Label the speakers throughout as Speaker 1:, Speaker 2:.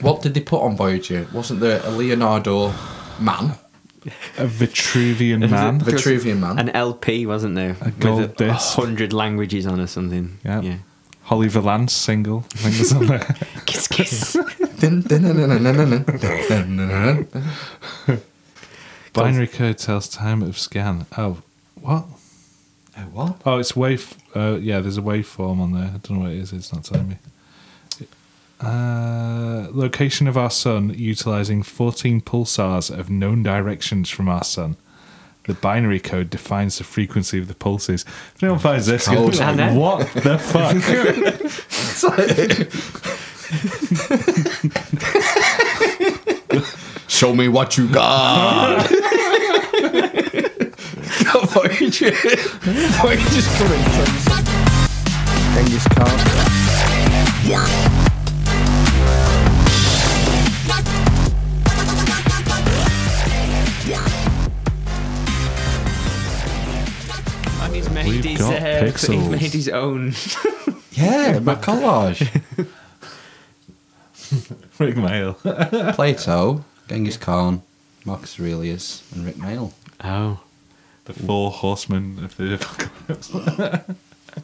Speaker 1: What did they put on Voyager? Wasn't there a Leonardo man,
Speaker 2: A Vitruvian man.
Speaker 1: Vitruvian man?
Speaker 3: An LP, wasn't there?
Speaker 2: A gold
Speaker 3: With a,
Speaker 2: disc.
Speaker 3: hundred languages on or something.
Speaker 2: yeah.
Speaker 3: Yeah.
Speaker 2: Holly Valance single. I think it's on there.
Speaker 3: Kiss, kiss.
Speaker 1: Dun, dun, dun, dun, dun, dun, dun, dun, dun, dun, dun.
Speaker 2: Binary code tells time of scan. Oh, what?
Speaker 1: Oh, what?
Speaker 2: Oh, it's wave. Uh, yeah, there's a waveform on there. I don't know what it is. It's not telling me. Uh, location of our sun utilizing 14 pulsars of known directions from our sun. The binary code defines the frequency of the pulses. If anyone finds this, you're
Speaker 1: cold.
Speaker 2: gonna be
Speaker 3: I
Speaker 2: like,
Speaker 3: know.
Speaker 2: what the fuck?
Speaker 1: Show me what you got. Not Voyager. Voyager's coming. Genghis Khan.
Speaker 3: and he's made,
Speaker 2: We've
Speaker 3: his,
Speaker 2: got
Speaker 3: uh,
Speaker 2: pixels.
Speaker 3: he's made his own.
Speaker 1: Yeah, my collage.
Speaker 2: Rick Mail.
Speaker 1: Plato, Genghis Khan, Marcus Aurelius, and Rick Mail.
Speaker 3: Oh.
Speaker 2: The four horsemen of the apocalypse.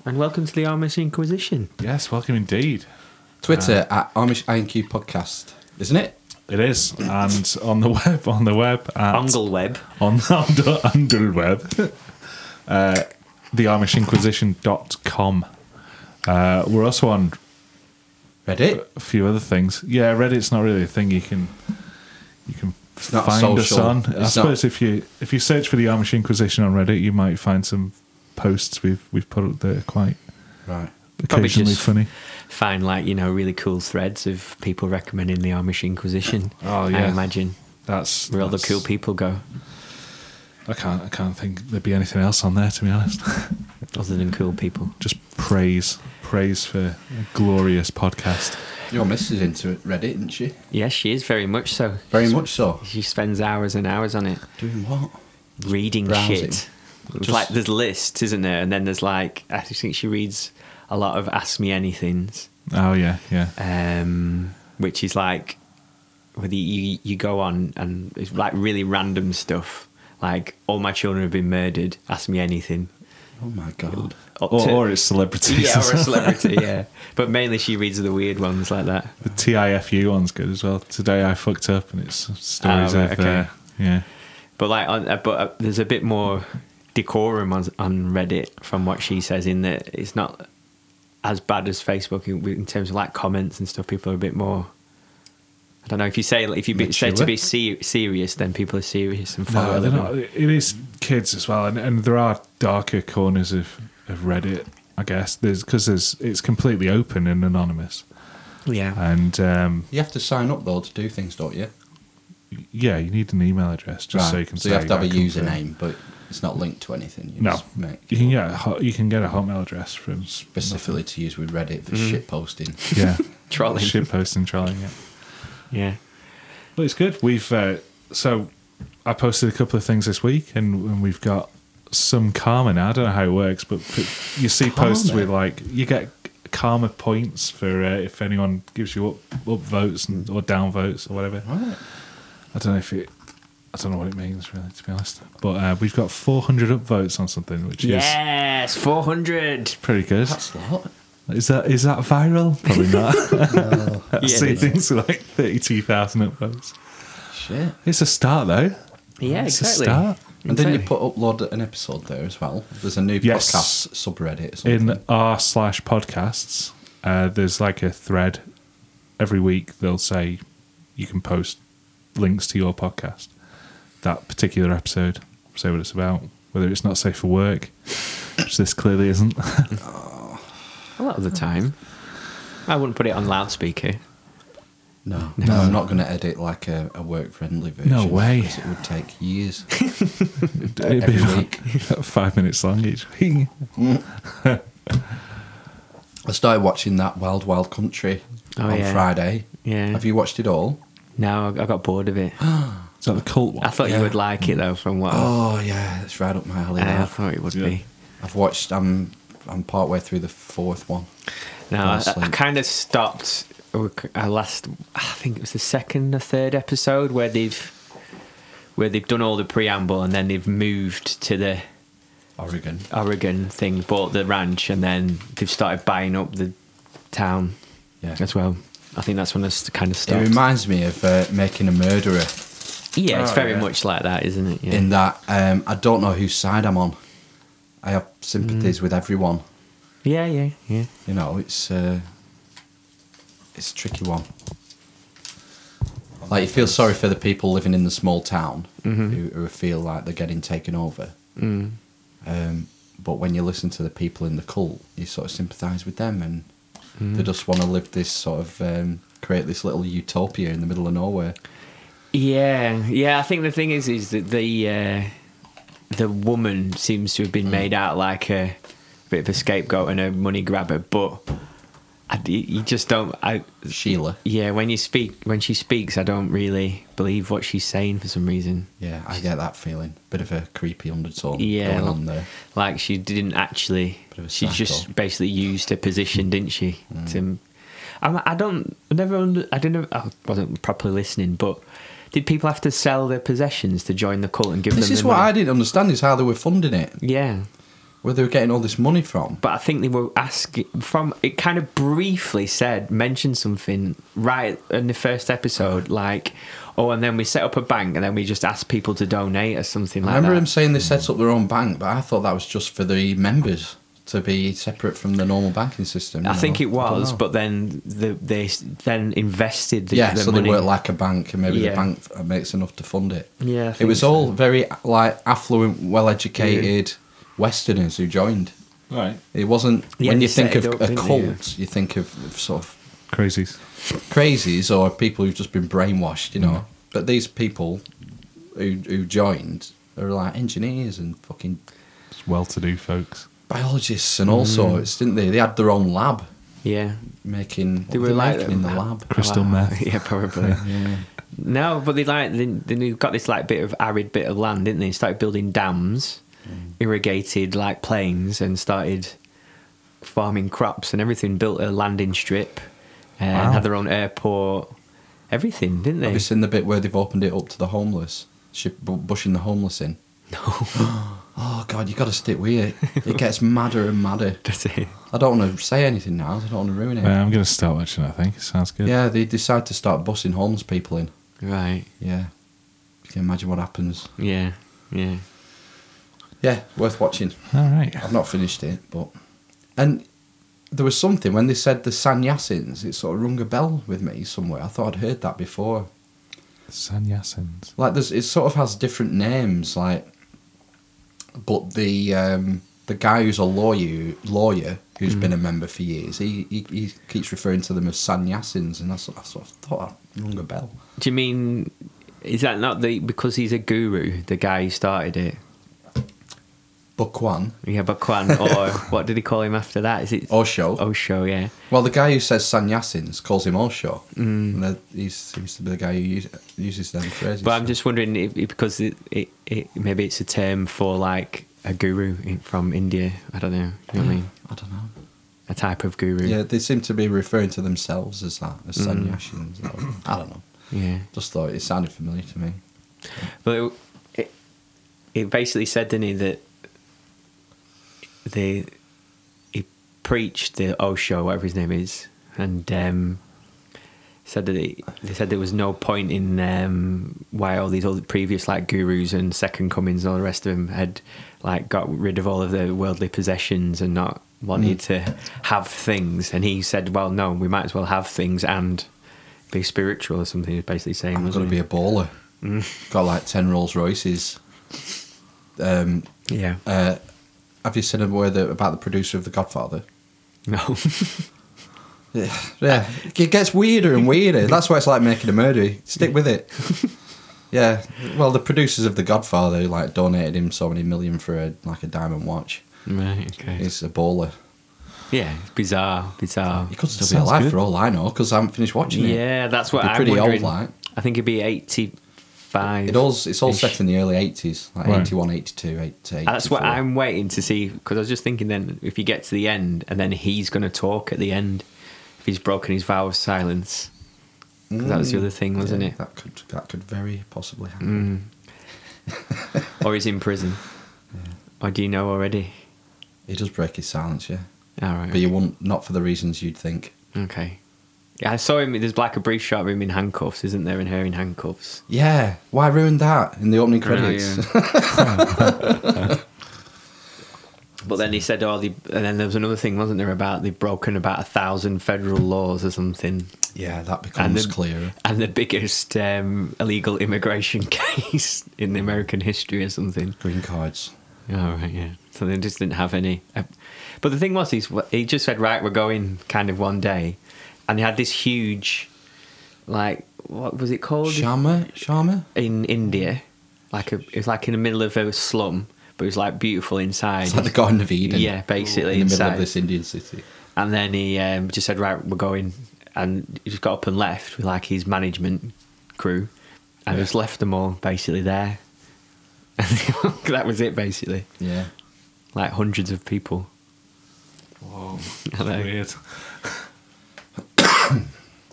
Speaker 3: And welcome to the Amish Inquisition.
Speaker 2: yes, welcome indeed.
Speaker 1: Twitter at Amish INQ Podcast, isn't it?
Speaker 2: It is. And on the web, on the web. At
Speaker 3: Angleweb.
Speaker 2: on the under, web, uh, thearmishinquisition.com. Uh, we're also on
Speaker 1: Reddit.
Speaker 2: a few other things. Yeah, Reddit's not really a thing you can you can
Speaker 1: not
Speaker 2: find us
Speaker 1: social.
Speaker 2: on. I
Speaker 1: It's
Speaker 2: suppose if you if you search for the Amish Inquisition on Reddit, you might find some posts we've we've put up that are quite
Speaker 1: Right.
Speaker 3: Probably
Speaker 2: occasionally
Speaker 3: just-
Speaker 2: funny.
Speaker 3: Find like, you know, really cool threads of people recommending the Amish Inquisition.
Speaker 2: Oh, yeah.
Speaker 3: I imagine.
Speaker 2: That's
Speaker 3: Where all the
Speaker 2: that's-
Speaker 3: cool people go,
Speaker 2: I can't I can't think there'd be anything else on there to be honest.
Speaker 3: other than cool people.
Speaker 2: just praise praise for a glorious podcast.
Speaker 1: Your missus into it, Reddit, isn't she?
Speaker 3: Yes, she is very much so.
Speaker 1: Very much so.
Speaker 3: She spends hours and hours on it.
Speaker 1: Doing what?
Speaker 3: reading
Speaker 1: Browsing.
Speaker 3: shit. It's
Speaker 1: Just-
Speaker 3: like there's lists, isn't there? And then there's like I think she reads a lot of Ask Me Anything's,
Speaker 2: Oh yeah, yeah.
Speaker 3: um, which is like whether you you go on and it's like really random stuff, like all my children have been murdered. Ask me anything.
Speaker 1: Oh my god.
Speaker 3: Up
Speaker 2: Or,
Speaker 3: to-
Speaker 2: or it's celebrities.
Speaker 3: yeah, or a celebrity, yeah. But mainly she reads the weird ones like that.
Speaker 2: The TIFU one's good as well. Today I fucked up, and it's stories
Speaker 3: Oh, right,
Speaker 2: of
Speaker 3: okay.
Speaker 2: uh, yeah.
Speaker 3: But like, on, uh, but uh, there's a bit more decorum on, on Reddit from what she says in that it's not as bad as Facebook in, in terms of like comments and stuff. People are a bit more. I don't know if you say if you be, say to
Speaker 2: Mature.
Speaker 3: be se- serious, then people are serious and follow.
Speaker 2: No,
Speaker 3: other
Speaker 2: they're not,
Speaker 3: people.
Speaker 2: it is kids as well, and, and there are darker corners of, of Reddit, I guess. There's because there's it's completely open and anonymous,
Speaker 3: Yeah,
Speaker 2: and um,
Speaker 1: You have to sign up though to do things, don't you?
Speaker 2: yeah, you need an email address just so you can.
Speaker 1: you
Speaker 2: say
Speaker 1: have to have a
Speaker 2: that comes from-
Speaker 1: username, but it's not linked to anything. You
Speaker 2: No,
Speaker 1: just make
Speaker 2: you can get a hot, you can get a hotmail address from
Speaker 1: specifically to use with Reddit for
Speaker 2: Mm-hmm.
Speaker 1: shit posting.
Speaker 2: yeah
Speaker 3: trolling.
Speaker 2: shit posting trolling yeah.
Speaker 3: Yeah,
Speaker 2: Well, it's good. We've uh, so I posted a couple of things this week, and, and we've got some karma now. I don't know how it works, but p- you see posts
Speaker 1: Karma?
Speaker 2: with like you get karma points for uh, if anyone gives you up up votes and, or down votes or whatever.
Speaker 1: Right.
Speaker 2: I don't know if it. I don't know what it means really, to be honest. But uh, we've got 400 upvotes on something, which is
Speaker 3: yes, four hundred.
Speaker 2: pretty good.
Speaker 1: That's a lot.
Speaker 2: Is that is that viral? Probably not. I
Speaker 3: Yeah,
Speaker 2: see
Speaker 3: it is.
Speaker 2: things with like 32,000 upvotes.
Speaker 1: Shit.
Speaker 2: It's a start though.
Speaker 3: yeah,
Speaker 2: It's
Speaker 3: exactly.
Speaker 2: A start.
Speaker 1: And then you put upload an episode there as well. There's a new
Speaker 2: Yes.
Speaker 1: podcast subreddit or something.
Speaker 2: in r slash podcasts uh, there's like a thread every week they'll say you can post links to your podcast that particular episode say what it's about whether it's not safe for work which this clearly isn't
Speaker 3: A lot of the time, I wouldn't put it on loudspeaker.
Speaker 1: no, no, I'm not going to edit like a, a work friendly version.
Speaker 2: No way.
Speaker 1: 'cause It would take years.
Speaker 2: it'd be
Speaker 1: Every
Speaker 2: like five minutes long each week
Speaker 1: I started watching that Wild Wild Country
Speaker 3: Oh,
Speaker 1: on
Speaker 3: yeah.
Speaker 1: Friday.
Speaker 3: Yeah.
Speaker 1: Have you watched it all?
Speaker 3: No, I I got bored of it.
Speaker 2: is that the cult one
Speaker 3: I thought
Speaker 1: Yeah.
Speaker 3: you would like it though, from what I-
Speaker 1: Oh yeah, it's right up my alley.
Speaker 3: I
Speaker 1: that.
Speaker 3: thought it would
Speaker 2: Yeah.
Speaker 3: be.
Speaker 1: I've watched. I'm I'm partway through the fourth one.
Speaker 3: No,
Speaker 1: Fall
Speaker 3: I, I
Speaker 1: asleep.
Speaker 3: kind of stopped. I last, I think it was the second or third episode where they've where they've done all the preamble and then they've moved to the
Speaker 1: Oregon.
Speaker 3: Oregon thing, bought the ranch, and then they've started buying up the town
Speaker 1: Yeah.
Speaker 3: as well. I think that's when it's kind of
Speaker 1: It
Speaker 3: stopped.
Speaker 1: reminds me of uh, making a murderer
Speaker 3: yeah, it's
Speaker 2: Oh,
Speaker 3: very
Speaker 2: yeah.
Speaker 3: much like that, isn't it? Yeah.
Speaker 1: in that um, I don't know whose side I'm on. I have
Speaker 3: Mm.
Speaker 1: sympathies with everyone.
Speaker 3: yeah, yeah, yeah.
Speaker 1: You know, it's uh, it's a tricky one. Like you feel sorry for the people living in the small town
Speaker 3: Mm-hmm.
Speaker 1: who, who feel like they're getting taken over.
Speaker 3: Mm.
Speaker 1: Um, but when you listen to the people in the cult, you sort of sympathise with them, and
Speaker 3: Mm.
Speaker 1: they just want to live this sort of um, create this little utopia in the middle of nowhere.
Speaker 3: Yeah, yeah. I think the thing is, is that the uh, the woman seems to have
Speaker 1: Mm.
Speaker 3: been made out like a bit of a scapegoat and a money grabber, but I, you just don't. I
Speaker 1: Sheila.
Speaker 3: yeah. When you speak, when she speaks, I don't really believe what she's saying for some reason.
Speaker 1: Yeah, I get that feeling. Bit of a creepy undertone
Speaker 3: Yeah,
Speaker 1: going on there.
Speaker 3: like she didn't actually.
Speaker 1: Bit of a Mm.
Speaker 3: She
Speaker 1: psycho.
Speaker 3: just basically used her position, didn't she? To, I'm, I don't. I never. Under, I didn't. I wasn't properly listening, but. Did people have to sell their possessions to join the cult and give
Speaker 1: This
Speaker 3: them?
Speaker 1: is
Speaker 3: the
Speaker 1: what
Speaker 3: money?
Speaker 1: I didn't understand is how they were funding it.
Speaker 3: Yeah,
Speaker 1: Where they were getting all this money from.
Speaker 3: but I think they were asking from. It kind of briefly said, mentioned something right in the first episode, like, oh, and then we set up a bank, and then we just asked people to donate or something
Speaker 1: I
Speaker 3: like
Speaker 1: remember
Speaker 3: that.
Speaker 1: him saying they set up their own bank, but I thought that was just for the members to be separate from the normal banking system. you
Speaker 3: I think
Speaker 1: know?
Speaker 3: it
Speaker 1: don't
Speaker 3: was,
Speaker 1: know.
Speaker 3: but then the, they s- then invested the,
Speaker 1: yeah,
Speaker 3: the
Speaker 1: so
Speaker 3: money.
Speaker 1: they work like a bank, and maybe the
Speaker 3: Yeah.
Speaker 1: bank f- makes enough to fund it.
Speaker 3: Yeah, I
Speaker 1: it
Speaker 3: think
Speaker 1: was
Speaker 3: so.
Speaker 1: all very like affluent, well-educated Westerners who joined.
Speaker 2: Right.
Speaker 1: It wasn't
Speaker 3: Yeah,
Speaker 1: when
Speaker 3: they
Speaker 1: you think of
Speaker 3: set it up,
Speaker 1: a
Speaker 3: didn't they?
Speaker 1: cult, you think of of sort of
Speaker 2: Crazies.
Speaker 1: crazies or people who've just been brainwashed, you know.
Speaker 3: Mm.
Speaker 1: But these people who who joined are like engineers and fucking
Speaker 2: It's well to do folks.
Speaker 1: biologists and all sorts, didn't they? They had their own lab
Speaker 3: yeah,
Speaker 1: making. What
Speaker 3: They
Speaker 1: were
Speaker 3: were
Speaker 1: they
Speaker 3: like-
Speaker 1: making in the lab.
Speaker 2: Crystal meth.
Speaker 3: yeah, probably. No, but they like they, they got this like bit of arid bit of land, didn't they? Started building dams, irrigated like plains, and started farming crops and everything. Built a landing strip uh, and
Speaker 2: Wow.
Speaker 3: had their own airport. Everything, didn't
Speaker 1: Have you
Speaker 3: they?
Speaker 1: seen the bit where they've opened it up to the homeless, Sh- bu- bushing the homeless in? No. oh God, you got to stick with it. It gets madder and madder.
Speaker 3: That's it.
Speaker 1: I don't want to say anything now. I don't want to ruin it.
Speaker 2: Uh, I'm going to start watching. I think it sounds good.
Speaker 1: yeah, they decide to start busing homeless people in.
Speaker 3: Right.
Speaker 1: Yeah, you can imagine what happens.
Speaker 3: Yeah. Yeah.
Speaker 1: Yeah, worth watching.
Speaker 2: All right.
Speaker 1: I've not finished it, but and there was something when they said the Sannyasins, it sort of rung a bell with me somewhere. I thought I'd heard that before.
Speaker 2: Sannyasins.
Speaker 1: Like there's, it sort of has different names, like, but the um, the guy who's a lawyer lawyer who's been a member for years, he, he he keeps referring to them as Sannyasins, and I sort, I sort of thought that rung a bell.
Speaker 3: Do you mean is that not the because he's a guru, the guy who started it?
Speaker 1: Bukwan
Speaker 3: Yeah, Bakwan, or what did he call him after that? Is
Speaker 2: Oh.
Speaker 3: it
Speaker 1: Osho.
Speaker 3: Osho? Yeah.
Speaker 1: Well, the guy who says Sannyasins calls him Osho, and that- he seems to be the guy who use, uses them phrases.
Speaker 3: But I'm just wondering if, if- because it, it, it maybe it's a term for like a guru in, from India. I don't know. You know what I mean?
Speaker 1: I don't know.
Speaker 3: A type of guru.
Speaker 1: Hmm. Yeah, they seem to be referring to themselves as that, as sannyasins. or- I don't know.
Speaker 3: Yeah.
Speaker 1: Just thought it sounded familiar to me.
Speaker 3: But it, it, it basically said, didn't he, that they he preached the Osho, whatever his name is, and um, said that he, they said there was no point in um, why all these other previous like gurus and second comings and all the rest of them had like got rid of all of their worldly possessions and not wanted to have things. And he said, well, no, we might as well have things and be spiritual or something. He's basically saying,
Speaker 1: I'm
Speaker 3: wasn't
Speaker 1: going to be a baller. Got like 10 Rolls Royces. Um,
Speaker 3: he? yeah,
Speaker 1: have you seen a word that- about the producer of The Godfather?
Speaker 3: no.
Speaker 1: Yeah, yeah. It gets weirder and weirder. That's why it's like making a murder. Stick with it. Yeah. Well, the producers of The Godfather like donated him so many million for a, like a diamond watch.
Speaker 3: Right. Okay.
Speaker 1: He's a baller.
Speaker 3: yeah. it's Bizarre. Bizarre.
Speaker 1: He could still be
Speaker 2: Sounds
Speaker 1: alive
Speaker 2: good.
Speaker 1: for all I know because I haven't finished watching it.
Speaker 3: Yeah, that's what
Speaker 1: Be
Speaker 3: I'm
Speaker 1: pretty old,
Speaker 3: wondering.
Speaker 1: like.
Speaker 3: I think it'd be 80, five.
Speaker 1: It all's, it's all
Speaker 3: Ish.
Speaker 1: set in the early 80s, like
Speaker 2: Right.
Speaker 1: 81, 82, 88.
Speaker 3: That's what I'm waiting to see because I was just thinking then if you get to the end and then he's going to talk at the end if he's broken his vow of silence. 'Cause That was the other thing, wasn't it?
Speaker 1: Mm.
Speaker 3: Mm.
Speaker 1: That could, that could very possibly happen.
Speaker 3: Or he's in prison. Or do you know already?
Speaker 1: He does break his silence, yeah.
Speaker 3: All right.
Speaker 1: But you wouldn't, not for the reasons you'd think.
Speaker 3: okay. Yeah, I saw him. There's like a brief shot of him in handcuffs, isn't there? And her in handcuffs.
Speaker 1: Yeah, why ruin that in the opening credits?
Speaker 3: But then he said, "Oh, the," and then there was another thing, wasn't there, about they've broken about a thousand federal laws or something,
Speaker 1: yeah, that becomes
Speaker 3: the-
Speaker 1: clearer.
Speaker 3: and the biggest um, illegal immigration case in American history or something.
Speaker 1: Green cards.
Speaker 3: Oh right, yeah. So they just didn't have any. uh, But the thing was, he's he just said, "Right, we're going." Kind of one day, and he had this huge, like, what was it called
Speaker 1: Sharma? Sharma?
Speaker 3: in India? Like a, it was like in the middle of a slum, but it was like beautiful inside.
Speaker 1: It's like the Garden of Eden.
Speaker 3: Yeah, basically
Speaker 1: In the middle
Speaker 3: inside.
Speaker 1: of this Indian city.
Speaker 3: And then he um, just said, "Right, we're going," and he just got up and left with like his management crew, and
Speaker 1: Yeah.
Speaker 3: just left them all basically there. And that was it, basically.
Speaker 1: Yeah.
Speaker 3: Like hundreds of people.
Speaker 2: Whoa,
Speaker 3: Hello.
Speaker 2: weird.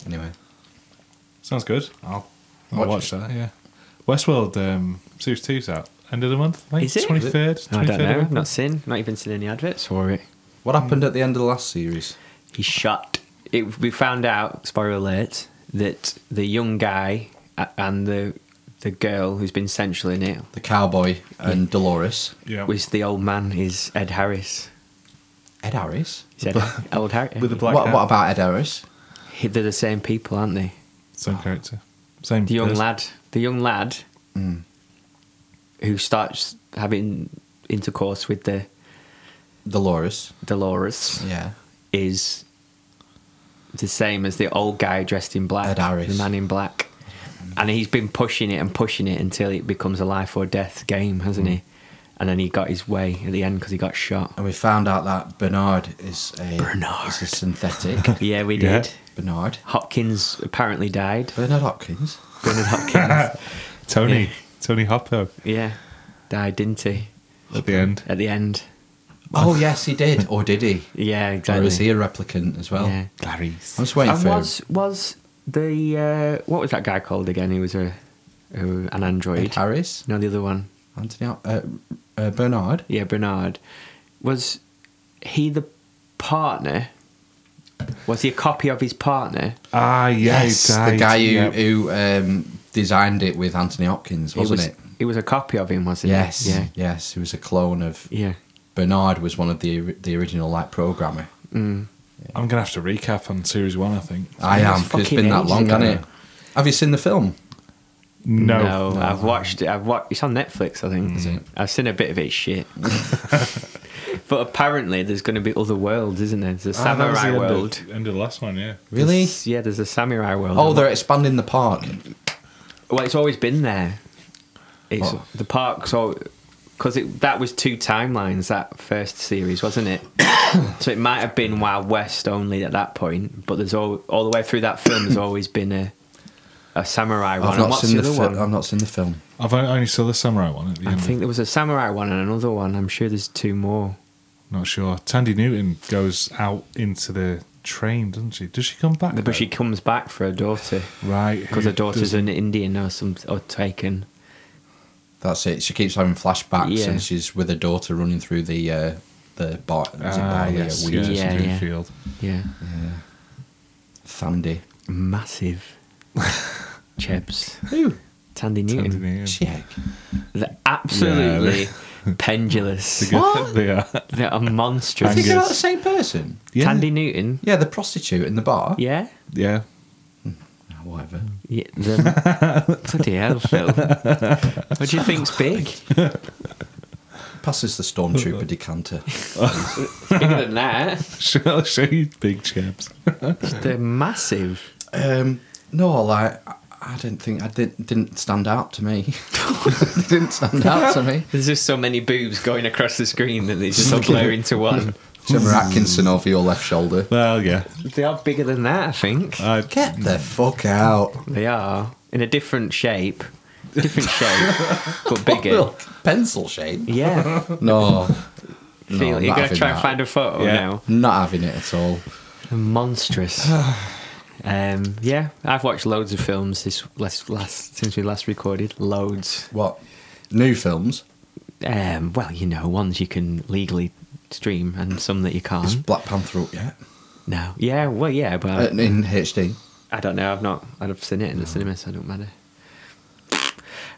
Speaker 1: Anyway.
Speaker 2: Sounds good. I'll, I'll
Speaker 1: Watch
Speaker 2: watch,
Speaker 1: it.
Speaker 2: that. Yeah, Westworld um, series two's out end of the month. I think.
Speaker 3: Is it?
Speaker 2: twenty third?
Speaker 3: I don't know. I've not seen, not even seen any adverts for it.
Speaker 1: What happened at the end of the last series?
Speaker 3: He shot. It, we found out, spoiler alert, that the young guy a- and the the girl who's been central in it
Speaker 1: The cowboy and Dolores.
Speaker 2: Yeah,
Speaker 3: was the old man. Is Ed Harris?
Speaker 1: Ed Harris?
Speaker 3: Is Ed, old Harris.
Speaker 2: with the black
Speaker 1: What,
Speaker 2: hat.
Speaker 1: what about Ed Harris?
Speaker 3: "Oh, He- They're the same people, aren't they?
Speaker 2: Same character. Same.
Speaker 3: The young
Speaker 2: person.
Speaker 3: lad. The young lad
Speaker 2: Mm.
Speaker 3: who starts having intercourse with the
Speaker 1: Dolores.
Speaker 3: Dolores
Speaker 1: Yeah.
Speaker 3: is the same as the old guy dressed in black,
Speaker 1: Ed Harris.
Speaker 3: the man in black, and he's been pushing it and pushing it until it becomes a life or death game, hasn't
Speaker 2: Mm.
Speaker 3: he? And then he got his way at the end because he got shot.
Speaker 1: And we found out that Bernard is a
Speaker 3: Bernard.
Speaker 1: is a synthetic.
Speaker 3: Yeah, we
Speaker 2: Yeah.
Speaker 3: did.
Speaker 1: Bernard.
Speaker 3: Hopkins apparently died.
Speaker 1: Bernard Hopkins.
Speaker 3: Bernard Hopkins,
Speaker 2: Tony.
Speaker 3: Yeah.
Speaker 2: Tony Hoppo
Speaker 3: yeah, died, didn't he?
Speaker 2: at the end.
Speaker 3: At the end,
Speaker 1: Oh yes, he did. Or did he?
Speaker 3: yeah,
Speaker 1: Or
Speaker 3: exactly.
Speaker 1: is he a replicant as well?
Speaker 3: Yeah.
Speaker 2: Clarice.
Speaker 1: I'm just waiting
Speaker 3: And
Speaker 1: for.
Speaker 3: was was the uh, what was that guy called again? He was a, a an android.
Speaker 1: Ed Harris,
Speaker 3: No, the other one.
Speaker 1: Anthony, Hop- uh, uh, Bernard.
Speaker 3: Yeah, Bernard. Was he the partner? Was he a copy of his partner?
Speaker 2: Ah, yeah, he
Speaker 1: the
Speaker 2: died.
Speaker 1: guy who,
Speaker 2: Yeah.
Speaker 1: who um, designed it with Anthony Hopkins, wasn't
Speaker 3: he was,
Speaker 1: it?
Speaker 3: He was a copy of him, wasn't
Speaker 1: Yes,
Speaker 3: he? Yeah.
Speaker 1: yes. He was a clone of
Speaker 3: Yeah.
Speaker 1: Bernard. Was one of the ori- the original like programmer.
Speaker 2: I'm gonna have to recap on series one. I think.
Speaker 1: I
Speaker 3: Yeah,
Speaker 1: am.
Speaker 3: it's
Speaker 1: 'cause it's
Speaker 3: fucking
Speaker 1: been that
Speaker 3: ages
Speaker 1: long,
Speaker 3: ago.
Speaker 1: hasn't it? Have you seen the film?
Speaker 2: No.
Speaker 3: I've watched it. I've watched. It's on Netflix, I think.
Speaker 1: Is it?
Speaker 3: I've seen a bit of it. Shit. but apparently, there's going to be other worlds, isn't there? There's a
Speaker 2: Ah, that was the
Speaker 3: samurai
Speaker 2: end of-
Speaker 3: world.
Speaker 2: End of the last one. Yeah.
Speaker 1: Really?
Speaker 3: There's- yeah, there's a samurai world.
Speaker 1: Oh, they're expanding the park.
Speaker 3: Well, it's always been there. It's
Speaker 1: What?
Speaker 3: the park. So, because that was two timelines that first series, wasn't it? so it might have been Wild West only at that point, but there's all all the way through that film. There's always been a a samurai one.
Speaker 1: I've
Speaker 3: And
Speaker 1: not
Speaker 3: what's
Speaker 1: seen
Speaker 3: the
Speaker 1: the.
Speaker 3: other
Speaker 1: Fi-
Speaker 3: one?
Speaker 1: I've not seen the film.
Speaker 2: I've only- only saw the samurai one at the
Speaker 3: I
Speaker 2: end.
Speaker 3: think there was a samurai one and another one. I'm sure there's two more.
Speaker 2: Not sure. Tandy Newton goes out into the train, doesn't she? Does she come back? though?
Speaker 3: But she comes back for her daughter
Speaker 2: right
Speaker 3: because
Speaker 2: who
Speaker 3: her daughter's
Speaker 2: doesn't-
Speaker 3: an Indian or some or taken.
Speaker 1: That's it. She keeps having flashbacks,
Speaker 3: Yeah.
Speaker 1: and she's with her daughter running through the uh, the bar. is it
Speaker 2: Ah,
Speaker 1: barley or
Speaker 2: yes,
Speaker 1: wheat?
Speaker 2: yes,
Speaker 3: Yeah,
Speaker 2: yeah,
Speaker 3: yeah.
Speaker 2: Field.
Speaker 3: Yeah,
Speaker 1: Sandy.
Speaker 3: massive. Chebs,
Speaker 1: Who?
Speaker 3: Tandy Newton.
Speaker 2: Tandy Newton.
Speaker 1: Check.
Speaker 3: They're absolutely pendulous.
Speaker 2: Good- they are.
Speaker 3: They are
Speaker 1: Are you
Speaker 3: monstrous.
Speaker 2: Angus.
Speaker 1: thinking about the same person?
Speaker 2: Yeah.
Speaker 3: Tandy Newton.
Speaker 1: Yeah, the prostitute in the bar.
Speaker 3: Yeah.
Speaker 2: Yeah.
Speaker 1: Oh, Whatever.
Speaker 3: yeah the, bloody hell, Phil. What do you think's big?
Speaker 1: Passes the stormtrooper decanter.
Speaker 3: Bigger than that.
Speaker 2: I'll show you big chaps.
Speaker 3: They're massive.
Speaker 1: Um, no, like I- I don't think I didn't didn't stand out to me. It didn't stand out to me.
Speaker 3: There's just so many boobs going across the screen that they just all blur into one.
Speaker 1: Gemma Atkinson over your left shoulder.
Speaker 2: Well, yeah.
Speaker 3: They are bigger than that, I think.
Speaker 2: I,
Speaker 1: Get the fuck out.
Speaker 3: They are in a different shape, different shape, but bigger.
Speaker 1: Well, pencil shape.
Speaker 3: Yeah.
Speaker 1: No. no
Speaker 3: Feel- you're
Speaker 1: not
Speaker 3: going to
Speaker 1: having
Speaker 3: try and
Speaker 1: that.
Speaker 3: find a photo
Speaker 2: Yeah.
Speaker 3: now.
Speaker 1: Not having it at all.
Speaker 3: Monstrous. um, yeah, I've watched loads of films this last, last since we last recorded. Loads.
Speaker 1: What? New films?
Speaker 3: Um, well, you know, ones you can legally stream and some that you can't.
Speaker 1: Is Black Panther up yet?
Speaker 3: No. Yeah. Well, yeah, but
Speaker 1: Uh, in HD.
Speaker 3: I don't know. I've not. I've seen it in the cinema, so it don't matter. I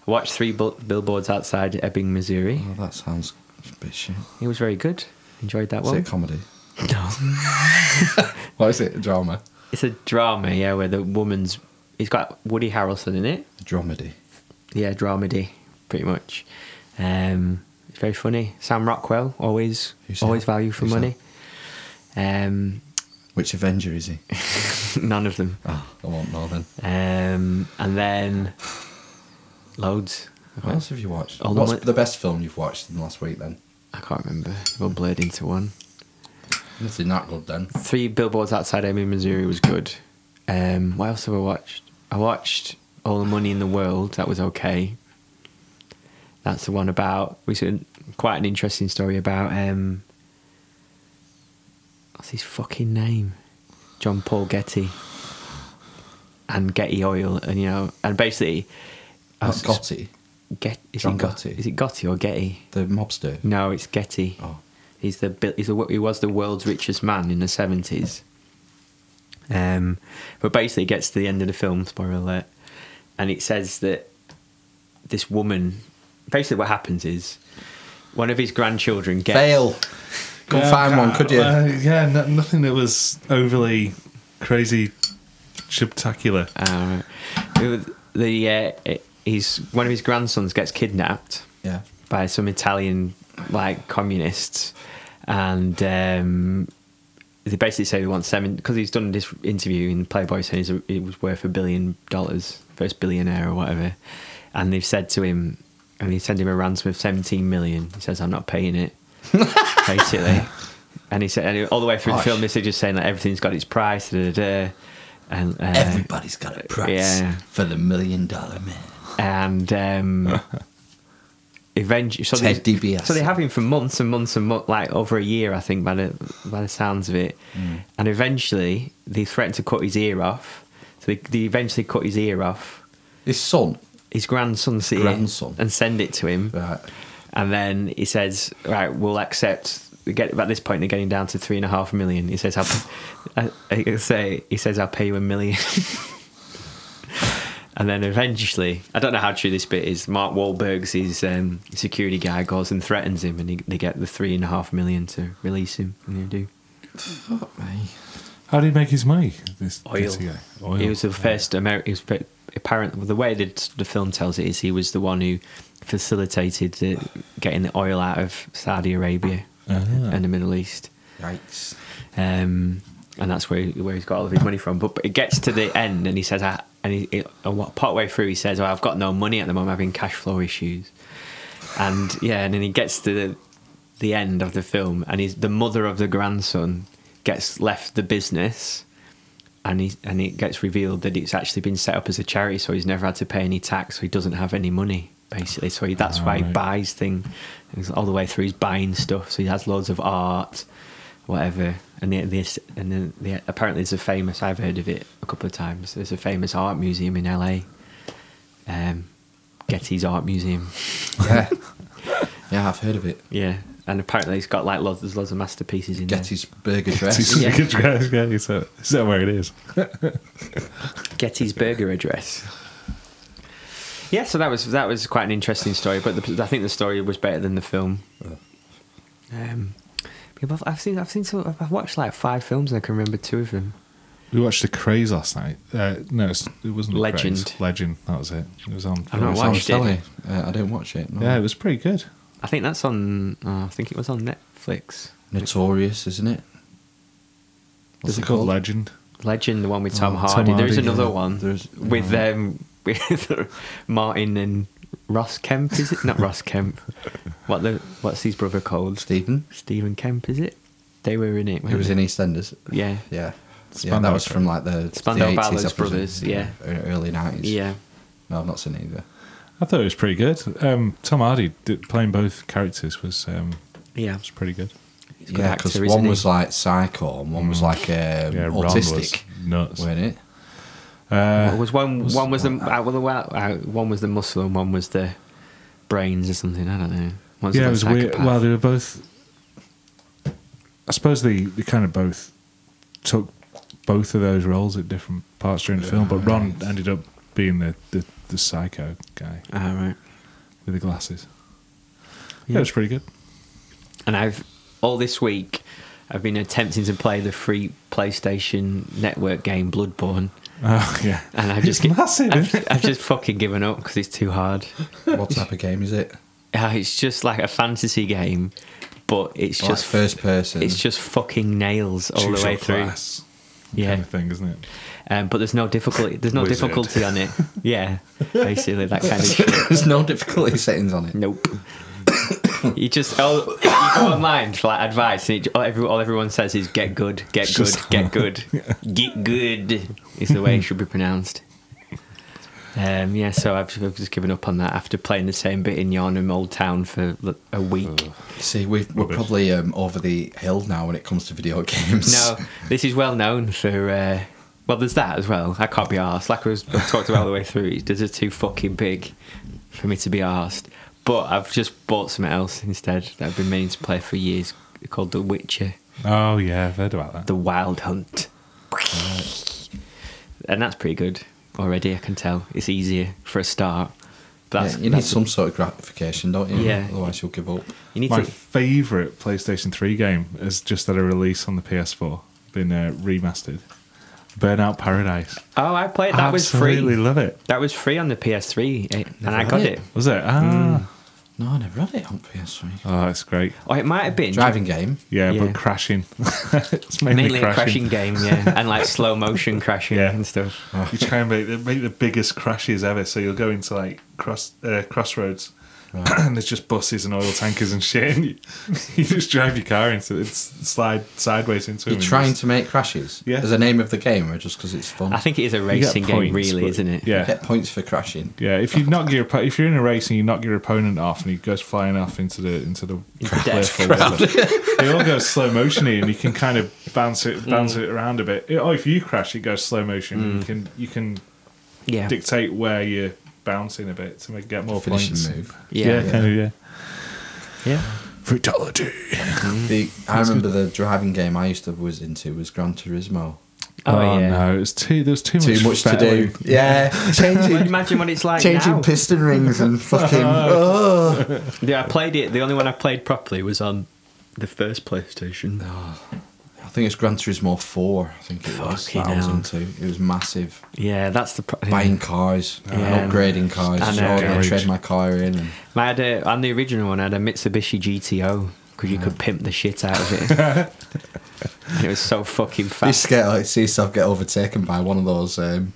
Speaker 3: watched three bu- billboards outside Ebbing, Missouri.
Speaker 1: Oh, that sounds a bit shit.
Speaker 3: It was very good. Enjoyed that
Speaker 1: Is it a
Speaker 3: one.
Speaker 1: comedy?
Speaker 3: No,
Speaker 1: What is it? A drama?
Speaker 3: it's a drama. Yeah, where the woman's. It's got Woody Harrelson in it.
Speaker 1: A dramedy.
Speaker 3: Yeah, dramedy, pretty much. Um, it's very funny. Sam Rockwell always
Speaker 1: Who's that?
Speaker 3: always value for
Speaker 1: Who's
Speaker 3: money. Um,
Speaker 1: Which Avenger is he?
Speaker 3: none of them.
Speaker 1: Oh, I won't know then.
Speaker 3: Um, and then loads.
Speaker 1: What else have you watched?
Speaker 3: Oh,
Speaker 1: What's
Speaker 3: my-
Speaker 1: the best film you've watched in the last week then?
Speaker 3: I can't remember. They all blurred into one.
Speaker 1: Nothing that good then.
Speaker 3: Three billboards outside Amy, Missouri was good. Um, what else have I watched? I watched All the Money in the World. That was okay. That's the one about. We saw quite an interesting story about. Um, what's his fucking name? John Paul Getty. And Getty Oil, and you know, and basically, I
Speaker 1: That's
Speaker 3: was-
Speaker 1: Gotti,
Speaker 3: Get, is
Speaker 1: John
Speaker 3: it Go-
Speaker 1: Gotti.
Speaker 3: Is it Gotti or Getty?
Speaker 1: the mobster.
Speaker 3: No, it's Getty.
Speaker 1: Oh.
Speaker 3: He's the bil- he's the, he was the world's richest man in the seventies. Um, but basically, it gets to the end of the film. Spoiler alert! And it says that this woman, basically, what happens is one of his grandchildren gets
Speaker 1: Fail. Couldn't
Speaker 2: Yeah,
Speaker 1: find one,
Speaker 2: uh,
Speaker 1: could you?
Speaker 2: Uh, yeah, no, nothing that was overly crazy, spectacular.
Speaker 3: Uh, it- the uh, it- he's one of his grandsons gets kidnapped.
Speaker 1: yeah.
Speaker 3: by some Italian like communists, and um, they basically say they want seven because he's done this interview in Playboy saying he's a, he was worth a billion dollars, first billionaire or whatever, and they've said to him, and he sent him a ransom of seventeen million. He says, "I'm not paying it," basically. And he said, and all the way through
Speaker 1: Harsh.
Speaker 3: the film, they're just saying that everything's got its price, da da da. And uh,
Speaker 1: Everybody's got a price
Speaker 3: yeah.
Speaker 1: for the million dollar man.
Speaker 3: and um, eventually, so,
Speaker 1: Ted
Speaker 3: they,
Speaker 1: DiBiase.
Speaker 3: so they have him for months and months and months, like over a year, I think, by the by the sounds of it.
Speaker 1: Mm.
Speaker 3: And eventually, they threaten to cut his ear off. So they, they eventually cut his ear off.
Speaker 1: His son.
Speaker 3: His grandson see
Speaker 1: Grandson.
Speaker 3: it and send it to him,
Speaker 1: Right.
Speaker 3: and then he says, "Right, we'll accept." we Get, at this point, they're getting down to three and a half million. He says, "I'll I, I say," he says, "I'll pay you a million. and then eventually, I don't know how true this bit is. Mark Wahlberg's his um, security guy goes and threatens him, and he, they get the three and a half million to release him. And they do.
Speaker 1: Fuck me.
Speaker 2: How did he make his money? This
Speaker 3: Oil.
Speaker 2: this guy? Oil.
Speaker 3: He was the first American. He was pre- apparent. The way that the film tells it is, he was the one who facilitated the, getting the oil out of Saudi Arabia
Speaker 2: Ah.
Speaker 3: and the Middle East,
Speaker 1: Yikes.
Speaker 3: um, and that's where where he's got all of his money from. But, but it gets to the end, and he says, I, and he, it, uh, what- part way through, he says, oh, "I've got no money at the moment. I'm having cash flow issues," and yeah, and then he gets to the the end of the film, and he's the mother of the grandson gets left the business and he, and it gets revealed that it's actually been set up as a charity, so he's never had to pay any tax, so he doesn't have any money basically. So he, that's why he
Speaker 2: Alright.
Speaker 3: buys things all the way through. He's buying stuff, so he has loads of art, whatever. And the, this and then the, apparently there's a famous. I've heard of it a couple of times. There's a famous art museum in LA, um, Getty's Art Museum.
Speaker 1: Yeah. yeah, I've heard of it.
Speaker 3: Yeah, and apparently it's got like loads. There's loads of masterpieces in
Speaker 1: Get
Speaker 3: there.
Speaker 1: his burger
Speaker 2: Is
Speaker 1: dress.
Speaker 2: that-
Speaker 3: Yeah.
Speaker 2: is that- is that where it is?
Speaker 3: Getty's burger address. Yeah, so that was that was quite an interesting story, but the, I think the story was better than the film. Um, people, I've, I've seen I've seen some, I've watched like five films and I can remember two of them.
Speaker 2: We watched The Craze last night. Uh, no, it's, it wasn't The
Speaker 3: Legend.
Speaker 2: Craze. Legend, that was it. It was on.
Speaker 3: I've not
Speaker 1: It's
Speaker 2: was
Speaker 1: on
Speaker 2: on-
Speaker 3: watched it.
Speaker 1: telly. Uh, I didn't watch it. No.
Speaker 2: Yeah, it was pretty good.
Speaker 3: I think that's on. Oh, I think it was on Netflix.
Speaker 1: Notorious, isn't it?
Speaker 2: What's it called? Legend.
Speaker 3: Legend, the one with Tom
Speaker 2: Oh, Tom
Speaker 3: Hardy. there is
Speaker 2: Hardy,
Speaker 3: another
Speaker 2: yeah.
Speaker 3: one
Speaker 1: There's-
Speaker 3: with um, with Martin and Ross Kemp. Is it not Ross Kemp? What the what's his brother called?
Speaker 1: Stephen.
Speaker 3: Stephen Kemp. Is it? They were in it.
Speaker 1: He
Speaker 3: weren't
Speaker 1: was
Speaker 3: they?
Speaker 1: in EastEnders.
Speaker 3: Yeah.
Speaker 1: Yeah. yeah,
Speaker 2: Spandau
Speaker 1: that was from like the
Speaker 3: Spandau
Speaker 1: the 80s,
Speaker 3: Ballet's
Speaker 1: I presume.
Speaker 3: Brothers, yeah.
Speaker 1: e-, Early 90s.
Speaker 3: Yeah.
Speaker 1: No, I've not seen it either.
Speaker 2: I thought it was pretty good. Um, Tom Hardy did, playing both characters was um,
Speaker 3: Yeah.
Speaker 2: was pretty good.
Speaker 1: Yeah, 'cause
Speaker 3: good
Speaker 1: yeah,
Speaker 3: actor,
Speaker 1: because
Speaker 3: isn't
Speaker 1: one
Speaker 3: he? Mm.
Speaker 1: was like psycho and one was like um,
Speaker 2: Yeah, Ron
Speaker 1: autistic,
Speaker 2: was nuts.
Speaker 1: weren't it?
Speaker 2: Uh,
Speaker 3: What was one? one was the uh, well, the wa- uh, one was the muscle and one was the brains or something. I don't know. One's
Speaker 2: yeah,
Speaker 3: the
Speaker 2: it was weird.
Speaker 3: psychopath.
Speaker 2: Well, they were both. I suppose they, they kind of both took both of those roles at different parts during the film, but Ron ended up being the, the, the psycho guy
Speaker 3: Ah, right.
Speaker 2: with the glasses. Yeah,
Speaker 3: Yeah.
Speaker 2: it was pretty good.
Speaker 3: And I've all this week I've been attempting to play the free PlayStation Network game Bloodborne,
Speaker 2: Oh yeah,
Speaker 3: and I've just
Speaker 2: It's massive.
Speaker 3: I've,
Speaker 2: isn't it?
Speaker 3: I've just fucking given up because it's too hard.
Speaker 1: what type of game is it?
Speaker 3: Uh, It's just like a fantasy game, but it's
Speaker 1: Like
Speaker 3: just
Speaker 1: first person.
Speaker 3: It's just fucking nails all
Speaker 2: Choose
Speaker 3: the way
Speaker 2: your
Speaker 3: through.
Speaker 2: class
Speaker 3: Yeah.
Speaker 2: kind of thing, isn't it?
Speaker 3: Um, but there's no difficulty. There's no
Speaker 2: Wizard.
Speaker 3: difficulty on it. Yeah, basically that kind of shit.
Speaker 1: There's no difficulty settings on it.
Speaker 3: Nope. you just oh, you go online for like advice, and it, all, every, all everyone says is "get good, get good,
Speaker 2: just-
Speaker 3: get good, get good" is the way it should be pronounced. Um, yeah, so I've, I've just given up on that after playing the same bit in Yarnham Old Town for like, a week.
Speaker 1: See, we've, we're
Speaker 2: Rubbish.
Speaker 1: probably um, over the hill now when it comes to video games.
Speaker 3: No, this is well known for. Uh, well, there's that as well. I can't be arsed. Like I was I talked about all the way through, these are too fucking big for me to be arsed. But I've just bought something else instead that I've been meaning to play for years called The Witcher
Speaker 2: Oh yeah, I've heard about that.
Speaker 3: The Wild Hunt. And that's pretty good already, I can tell. It's easier for a start. But that's,
Speaker 1: yeah, you need
Speaker 3: that's-
Speaker 1: some sort of gratification, don't you?
Speaker 3: Yeah.
Speaker 1: Otherwise, you'll give up.
Speaker 3: You need
Speaker 2: My
Speaker 3: to.
Speaker 2: favourite PlayStation 3 game is just had a release on the PS4, been uh, remastered. Burnout Paradise.
Speaker 3: Oh, I played. That was
Speaker 2: Absolutely
Speaker 3: free.
Speaker 2: love it.
Speaker 3: That was free on the PS3, eh, and I
Speaker 1: had
Speaker 3: got
Speaker 1: it.
Speaker 3: it.
Speaker 2: Was it? Ah.
Speaker 3: Mm.
Speaker 1: No, I never had it on PS3.
Speaker 2: Oh, it's great.
Speaker 3: Oh, it might have been.
Speaker 1: Driving game.
Speaker 2: Yeah,
Speaker 3: Yeah.
Speaker 2: but crashing. it's mainly,
Speaker 3: mainly a
Speaker 2: crashing.
Speaker 3: crashing game, yeah, and like slow motion crashing
Speaker 2: Yeah.
Speaker 3: and stuff.
Speaker 2: Oh. You try and make the, make the biggest crashes ever. So you'll go into like cross uh, crossroads, and there's just buses and oil tankers and shit. And you, you just drive your car into it, slide sideways into it.
Speaker 1: You're trying to make crashes.
Speaker 2: Yeah.
Speaker 1: As a name of the game, or just because it's fun.
Speaker 3: I think it is a racing game, really, isn't it?
Speaker 2: Yeah,
Speaker 1: You get points for crashing.
Speaker 2: Yeah, if you knock your oppo- if you're in a race and you knock your opponent off and he goes flying off into the into the
Speaker 3: death
Speaker 2: cliff or whatever, they all go slow motiony and you can kind of bounce it bounce it around a bit. Oh, if you crash, it goes slow motion. and You can you can
Speaker 3: yeah,
Speaker 2: dictate where you're bouncing a bit to make, get more
Speaker 1: Finishing
Speaker 2: points.
Speaker 1: move.
Speaker 3: yeah, yeah.
Speaker 2: kind of yeah.
Speaker 1: Fatality.
Speaker 3: Mm.
Speaker 1: The, I remember the driving game I used to was into was Gran Turismo.
Speaker 3: Oh, yeah.
Speaker 2: no, it's too there's too,
Speaker 1: Too much to
Speaker 2: battling.
Speaker 1: do. Yeah. Oh, Changing
Speaker 3: Imagine what it's like
Speaker 1: changing
Speaker 3: now.
Speaker 1: piston rings and fucking. oh.
Speaker 3: yeah, I played it. The only one I played properly was on the first PlayStation.
Speaker 1: I think it's Gran Turismo 4. I think it was.
Speaker 3: Fucking
Speaker 1: that I was
Speaker 3: hell.
Speaker 1: into. It was massive.
Speaker 3: Yeah, that's the. Pro-
Speaker 1: buying cars,
Speaker 3: Yeah.
Speaker 1: upgrading cars.
Speaker 3: I
Speaker 1: I
Speaker 3: know.
Speaker 1: I
Speaker 2: Garage.
Speaker 1: trade my car in. And
Speaker 3: I had a, on the original one, I had a Mitsubishi GTO because you could pimp the shit out of it. and it was so fucking
Speaker 1: you
Speaker 3: fast.
Speaker 1: just get like, see yourself get overtaken by one of those um,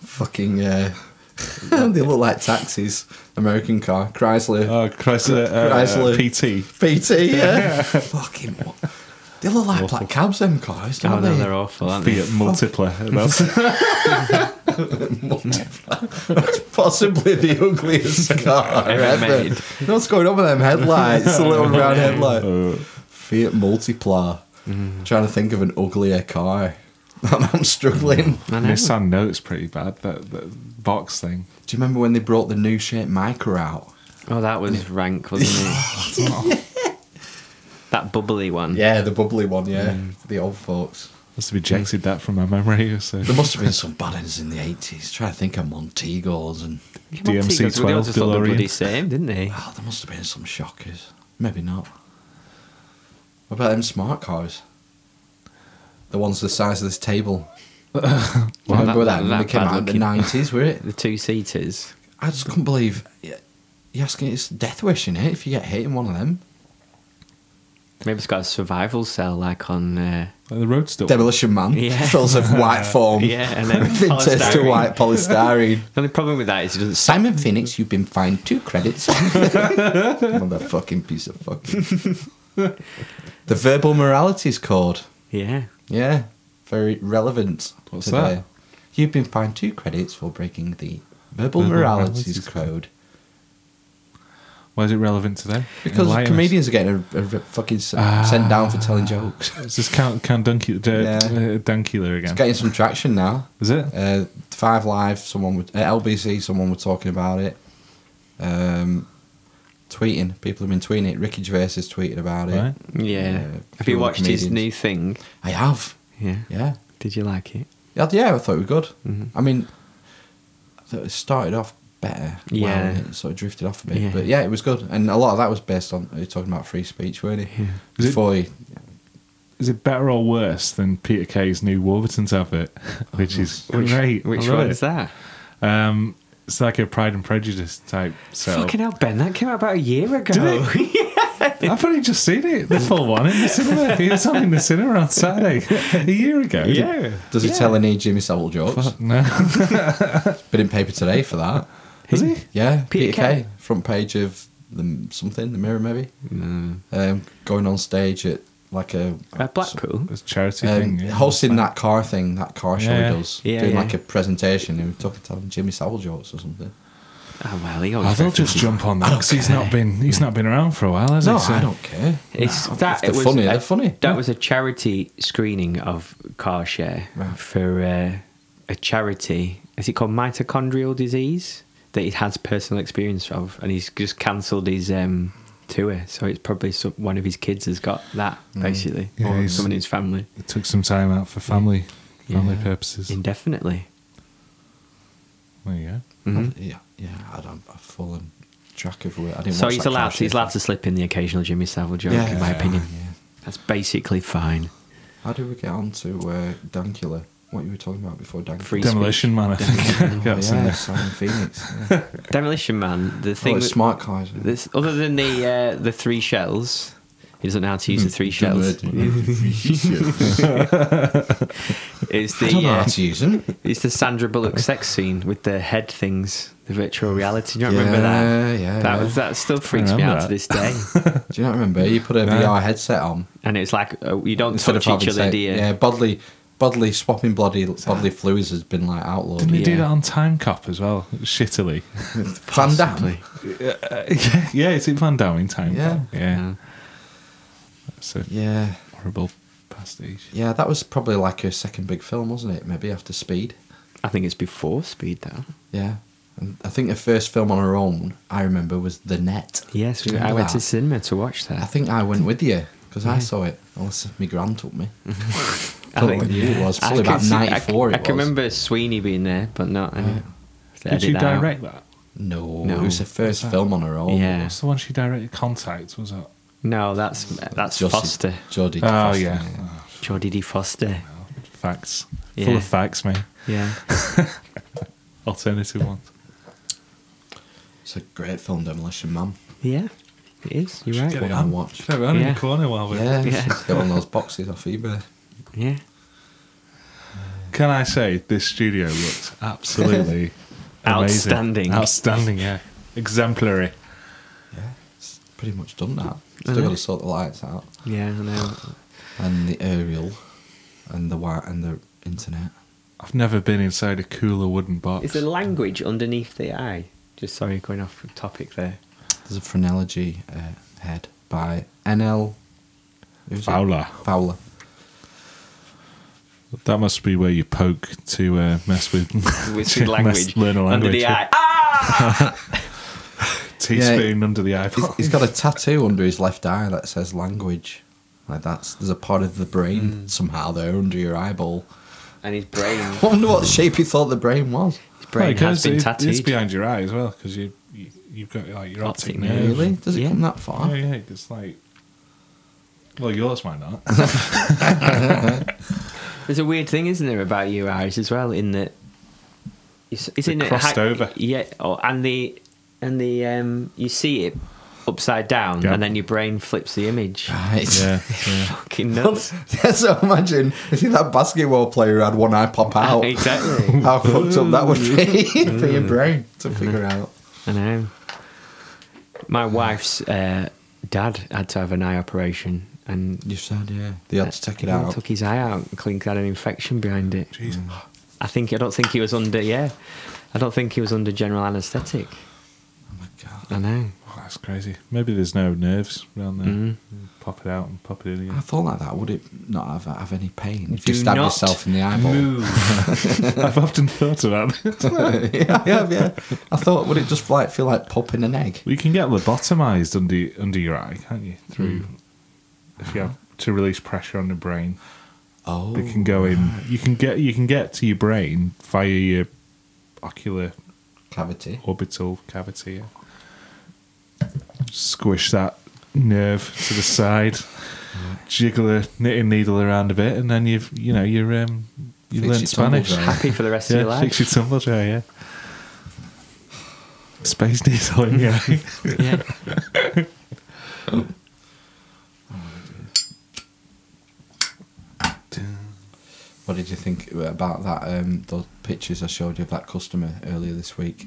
Speaker 1: fucking. Uh, they look like taxis. American car, Chrysler,
Speaker 2: Oh, Chrysler, uh,
Speaker 1: Chrysler.
Speaker 2: PT.
Speaker 1: PT. Yeah, fucking. What? They look like black cabs. Them cars, don't
Speaker 3: Oh
Speaker 1: they?
Speaker 3: no, they're awful, aren't they?
Speaker 2: Fiat multiplier. That's-
Speaker 1: That's possibly the ugliest car
Speaker 3: Ever
Speaker 1: ever.
Speaker 3: made. Oh.
Speaker 1: What's going on with them headlights? the little round headlight. Fiat Multipla.
Speaker 3: Mm.
Speaker 1: Trying to think of an uglier car. I'm struggling.
Speaker 3: I know.
Speaker 2: Nissan Note's pretty bad. That, that box thing.
Speaker 1: Do you remember when they brought the new shape micro out?
Speaker 3: Oh, that was rank, wasn't it? That bubbly one.
Speaker 1: Yeah, the bubbly one, yeah. for The old folks.
Speaker 2: Must have ejected that from my memory. So
Speaker 1: There must have been some bad ends in the 80s. Try to think of Montegos and.
Speaker 2: DMC-12
Speaker 3: They all just looked the
Speaker 2: DeLorean.
Speaker 3: bloody same, didn't they?
Speaker 1: Oh, there must have been some shockers. Maybe not. What about them smart cars? The ones the size of this table. remember
Speaker 3: that-
Speaker 1: that, when
Speaker 3: that
Speaker 1: they came
Speaker 3: bad
Speaker 1: out in the
Speaker 3: looking.
Speaker 1: 90s, were it?
Speaker 3: The two seaters.
Speaker 1: I just couldn't believe. You're asking, it's death wish in it if you get hit in one of them.
Speaker 3: Maybe it's got a survival cell, like on. Uh,
Speaker 2: Like the roadster.
Speaker 1: Demolition Man
Speaker 3: Yeah.
Speaker 1: fills of white foam.
Speaker 3: Yeah, and then
Speaker 1: turns to
Speaker 3: polystyrene.
Speaker 1: white polystyrene.
Speaker 3: the only problem with that is it doesn't. s-
Speaker 1: Simon Phoenix, you've been fined two credits. Motherfucking piece of fucking. the verbal moralities code.
Speaker 3: Yeah.
Speaker 1: Yeah, very relevant.
Speaker 2: What's
Speaker 1: today.
Speaker 2: that?
Speaker 1: You've been fined two credits for breaking the verbal,
Speaker 2: Verbal
Speaker 1: moralities,
Speaker 2: moralities
Speaker 1: code.
Speaker 2: Why is it relevant to them?
Speaker 1: Because
Speaker 2: Enlighten us. Ah.
Speaker 1: comedians are getting a, a fucking s sent down for telling jokes.
Speaker 2: It's just Count Count Dunkey, d-
Speaker 1: Yeah.
Speaker 2: uh, Dankula
Speaker 1: It's
Speaker 2: again.
Speaker 1: getting some traction now.
Speaker 2: Is it?
Speaker 1: Uh, Five Live, someone would, uh, at LBC, someone were talking about it. Um, tweeting, people have been tweeting it. Ricky Gervais has tweeted about it.
Speaker 2: Right.
Speaker 1: Yeah,
Speaker 3: Yeah. Have
Speaker 1: few
Speaker 3: you watched his
Speaker 1: comedians.
Speaker 3: new thing?
Speaker 1: I have.
Speaker 3: Yeah.
Speaker 1: Yeah.
Speaker 3: Did you like it?
Speaker 1: Yeah, yeah, I thought it was good. I mean, I thought it started off better. well,
Speaker 3: Yeah.
Speaker 1: and it sort of drifted off a bit.
Speaker 3: Yeah.
Speaker 1: But yeah, it was good. And a lot of that was based on, you're talking about free speech, weren't it?
Speaker 3: Yeah.
Speaker 2: Is it-
Speaker 1: Before he,
Speaker 2: Is it better or worse than Peter Kay's new Warburton's outfit, which is great?
Speaker 3: Which
Speaker 2: I love
Speaker 3: one
Speaker 2: it.
Speaker 3: is that?
Speaker 2: Um, it's like a Pride and Prejudice type. So
Speaker 3: Fucking hell, Ben, that came out about a year ago.
Speaker 2: I've only just seen it, the full one in the cinema. It was on in the cinema on Saturday a year ago.
Speaker 3: yeah.
Speaker 1: does he tell any Jimmy Savile jokes?
Speaker 2: Fuck no.
Speaker 1: Been in paper today for that.
Speaker 2: Is he?
Speaker 1: Yeah,
Speaker 3: Peter
Speaker 1: Peter,
Speaker 3: Kay.
Speaker 1: Kay. front page of the something, the Mirror maybe. Um, going on stage at like a
Speaker 3: At Uh, Blackpool?
Speaker 2: It's a charity
Speaker 1: Um,
Speaker 2: thing. yeah.
Speaker 1: hosting that car thing, that car show
Speaker 2: Yeah.
Speaker 1: he does,
Speaker 3: Yeah,
Speaker 1: doing
Speaker 3: yeah.
Speaker 1: like a presentation and talking to him Jimmy Savile jokes or something.
Speaker 3: Oh, well, he
Speaker 2: Oh,
Speaker 3: always
Speaker 2: they'll just jump on that because he's not been he's not been around for a while, has
Speaker 1: No,
Speaker 2: he? So-
Speaker 1: I don't care.
Speaker 3: It's,
Speaker 1: No,
Speaker 3: that,
Speaker 1: if
Speaker 3: it
Speaker 1: they're
Speaker 3: was,
Speaker 1: funny.
Speaker 3: uh,
Speaker 1: they're funny.
Speaker 3: That was a charity screening of Car Share
Speaker 1: Right.
Speaker 3: for uh, a charity. Is it called mitochondrial disease that he has personal experience of, and he's just cancelled his um, tour. So it's probably some, one of his kids has got that
Speaker 1: Mm.
Speaker 3: basically,
Speaker 2: Yeah,
Speaker 3: or
Speaker 2: he's-
Speaker 3: someone in his family
Speaker 2: It took some time out for family family
Speaker 3: Yeah.
Speaker 2: purposes.
Speaker 3: indefinitely.
Speaker 2: There you go.
Speaker 3: Mhm.
Speaker 1: Yeah, yeah. I don't. I've fallen track of where I didn't.
Speaker 3: So
Speaker 1: watch
Speaker 3: he's
Speaker 1: that
Speaker 3: allowed
Speaker 1: Car
Speaker 3: to, he's
Speaker 1: Show.
Speaker 3: allowed to slip in the occasional Jimmy Savile joke, in my
Speaker 1: yeah,
Speaker 3: opinion.
Speaker 1: yeah.
Speaker 3: That's basically fine.
Speaker 1: How do we get on to uh, Dankula? What you were talking about before Dankula?
Speaker 3: Free-
Speaker 2: Demolition Man, I think.
Speaker 1: Oh,
Speaker 2: Got
Speaker 1: yeah,
Speaker 2: us in there.
Speaker 1: Simon Phoenix. Yeah.
Speaker 3: Demolition Man, the
Speaker 1: oh,
Speaker 3: thing
Speaker 1: it's
Speaker 3: with-
Speaker 1: smart cars. yeah.
Speaker 3: This, other than the uh, the three shells, he doesn't know how to use the
Speaker 1: Hmm.
Speaker 3: three shells. It's
Speaker 1: I don't
Speaker 3: the
Speaker 1: know how
Speaker 3: uh,
Speaker 1: to use them.
Speaker 3: it's the Sandra Bullock sex scene with the head things, the virtual reality. Do you remember that?
Speaker 1: Yeah, yeah,
Speaker 3: That
Speaker 1: yeah.
Speaker 3: was that still freaks me
Speaker 2: remember
Speaker 3: out to this day.
Speaker 1: Do you not remember? You put a VR headset on
Speaker 3: and it's like uh, you don't touch
Speaker 1: having
Speaker 3: each other,
Speaker 1: sex.
Speaker 3: do you?
Speaker 1: Yeah, bodily, bodily swapping bloody bodily fluids has been like outlawed.
Speaker 2: Didn't they
Speaker 3: Yeah.
Speaker 2: do that on Time Cop as well? Shittily. Uh,
Speaker 1: Van Damme.
Speaker 2: yeah, it's in Van Damme in Time
Speaker 1: Yeah.
Speaker 2: Cop. Yeah.
Speaker 3: Yeah.
Speaker 2: That's a
Speaker 1: Yeah,
Speaker 2: horrible pastiche.
Speaker 1: yeah. That was probably like her second big film, wasn't it? Maybe after Speed.
Speaker 3: I think it's before Speed though.
Speaker 1: Yeah, and I think her first film on her own, I remember, was The Net.
Speaker 3: Yes,
Speaker 1: Do you
Speaker 3: we, I
Speaker 1: remember
Speaker 3: went to
Speaker 1: that?
Speaker 3: cinema to watch that.
Speaker 1: I think I went with you because I saw it. Unless my gran took me.
Speaker 3: I
Speaker 1: don't know what year it was. Probably
Speaker 3: can
Speaker 1: about
Speaker 3: see- I
Speaker 1: 94
Speaker 3: c- I,
Speaker 1: it
Speaker 3: can
Speaker 1: was.
Speaker 3: remember Sweeney being there, but not. Uh, to
Speaker 2: Did
Speaker 3: edit
Speaker 2: you
Speaker 3: that out.
Speaker 2: direct that?
Speaker 1: No,
Speaker 3: No.
Speaker 1: it was her first film on her own.
Speaker 3: Yeah.
Speaker 2: What's the one she directed? Contact, was that?
Speaker 3: No, that's that's
Speaker 1: Jossie-
Speaker 3: Foster.
Speaker 1: Jodie.
Speaker 2: Oh,
Speaker 1: Foster,
Speaker 2: yeah. Oh,
Speaker 3: Geordie D. Foster.
Speaker 2: facts. Full
Speaker 3: Yeah.
Speaker 2: of facts, mate.
Speaker 3: Yeah.
Speaker 2: Alternative ones.
Speaker 1: It's a great film, Demolition Man.
Speaker 3: yeah. It is. You're
Speaker 1: Get
Speaker 3: right.
Speaker 1: it on watch.
Speaker 2: Should have it on in
Speaker 3: Yeah.
Speaker 2: the corner while we're.
Speaker 1: Yeah,
Speaker 3: Yeah.
Speaker 1: just get one of those boxes off eBay.
Speaker 3: Yeah.
Speaker 2: Can I say this studio looks absolutely amazing.
Speaker 3: Outstanding.
Speaker 2: Outstanding, yeah. Exemplary.
Speaker 1: Yeah, it's pretty much done now.
Speaker 3: Is
Speaker 1: Still
Speaker 3: it?
Speaker 1: got to sort the lights out
Speaker 3: Yeah, I know.
Speaker 1: and the aerial and the wire and the internet.
Speaker 2: I've never been inside a cooler wooden box.
Speaker 3: Is the language underneath the eye? Just sorry, going off topic there.
Speaker 1: There's a phrenology uh, head by N.L. who's it?
Speaker 2: Fowler.
Speaker 1: Fowler.
Speaker 2: That must be where you poke to uh, mess with
Speaker 3: With
Speaker 2: to
Speaker 3: the
Speaker 2: mess-
Speaker 3: language.
Speaker 2: learn a language.
Speaker 3: Under the
Speaker 2: yeah.
Speaker 3: eye. Ah!
Speaker 2: Teaspoon under the eye.
Speaker 1: He's- he's got a tattoo under his left eye that says language. Like that's there's a part of the brain somehow there under your eyeball.
Speaker 3: And his brain.
Speaker 1: I wonder what shape he thought the brain was.
Speaker 3: His brain
Speaker 2: Well, it
Speaker 3: has
Speaker 2: goes-
Speaker 3: been
Speaker 2: it-
Speaker 3: tattooed.
Speaker 2: It's behind your eye as well because you, you you've got like your optic,
Speaker 3: Optic
Speaker 2: nerve. Oh,
Speaker 3: nerve.
Speaker 1: Really? Does it
Speaker 3: Yeah.
Speaker 1: come that far?
Speaker 2: Yeah, yeah. It's like. Well, yours might not.
Speaker 3: There's a weird thing, isn't there, about your eyes as well, in that. It's, it's
Speaker 2: They're
Speaker 3: in it
Speaker 2: crossed
Speaker 3: ha-
Speaker 2: over.
Speaker 3: Yeah, oh, and the and the um, you see it upside down,
Speaker 2: Yeah. Ah.
Speaker 3: and then your brain flips the image.
Speaker 1: Right.
Speaker 2: yeah.
Speaker 3: Fucking nuts.
Speaker 1: so imagine if you're that basketball player who had one eye pop out.
Speaker 3: exactly.
Speaker 1: How fucked up that would be Mm. for your brain to figure out.
Speaker 3: I know. My wife's uh, dad had to have an eye operation, and
Speaker 1: You said, yeah. They had to take it out.
Speaker 3: Took his eye out, and clean had an infection behind it.
Speaker 2: Jeez.
Speaker 3: I think I don't think he was under. Yeah, I don't think he was under general anaesthetic.
Speaker 1: Oh my god.
Speaker 3: I know.
Speaker 2: Well, that's That's crazy. Maybe there's no nerves around there.
Speaker 1: Mm.
Speaker 3: Mhm.
Speaker 2: Pop it out and pop it in
Speaker 1: I
Speaker 2: again.
Speaker 1: thought like that. Would it not have, have any pain if you
Speaker 3: Do
Speaker 1: stab
Speaker 3: not
Speaker 1: yourself in the eyeball?
Speaker 3: Move.
Speaker 2: I've often thought about this.
Speaker 1: yeah, yeah, yeah. I thought would it just like feel like popping an egg?
Speaker 2: Well, you can get lobotomized under under your eye, can't you? Through
Speaker 1: Mm.
Speaker 2: if you have to release pressure on the brain,
Speaker 1: Oh,
Speaker 2: they can go in. You can get you can get to your brain via your ocular
Speaker 1: cavity.
Speaker 2: orbital cavity. yeah. Squish that nerve to the side, jiggle a knitting needle around a bit, and then you've you know you're um, you
Speaker 1: Fix
Speaker 2: learn
Speaker 1: your tumble
Speaker 2: Spanish.
Speaker 1: dry.
Speaker 3: Happy for the rest of your
Speaker 2: Yeah,
Speaker 3: life.
Speaker 2: fix your tumble dry. Yeah. Space needle in your eye.
Speaker 3: yeah.
Speaker 1: What did you think about that? Um, those pictures I showed you of that customer earlier this week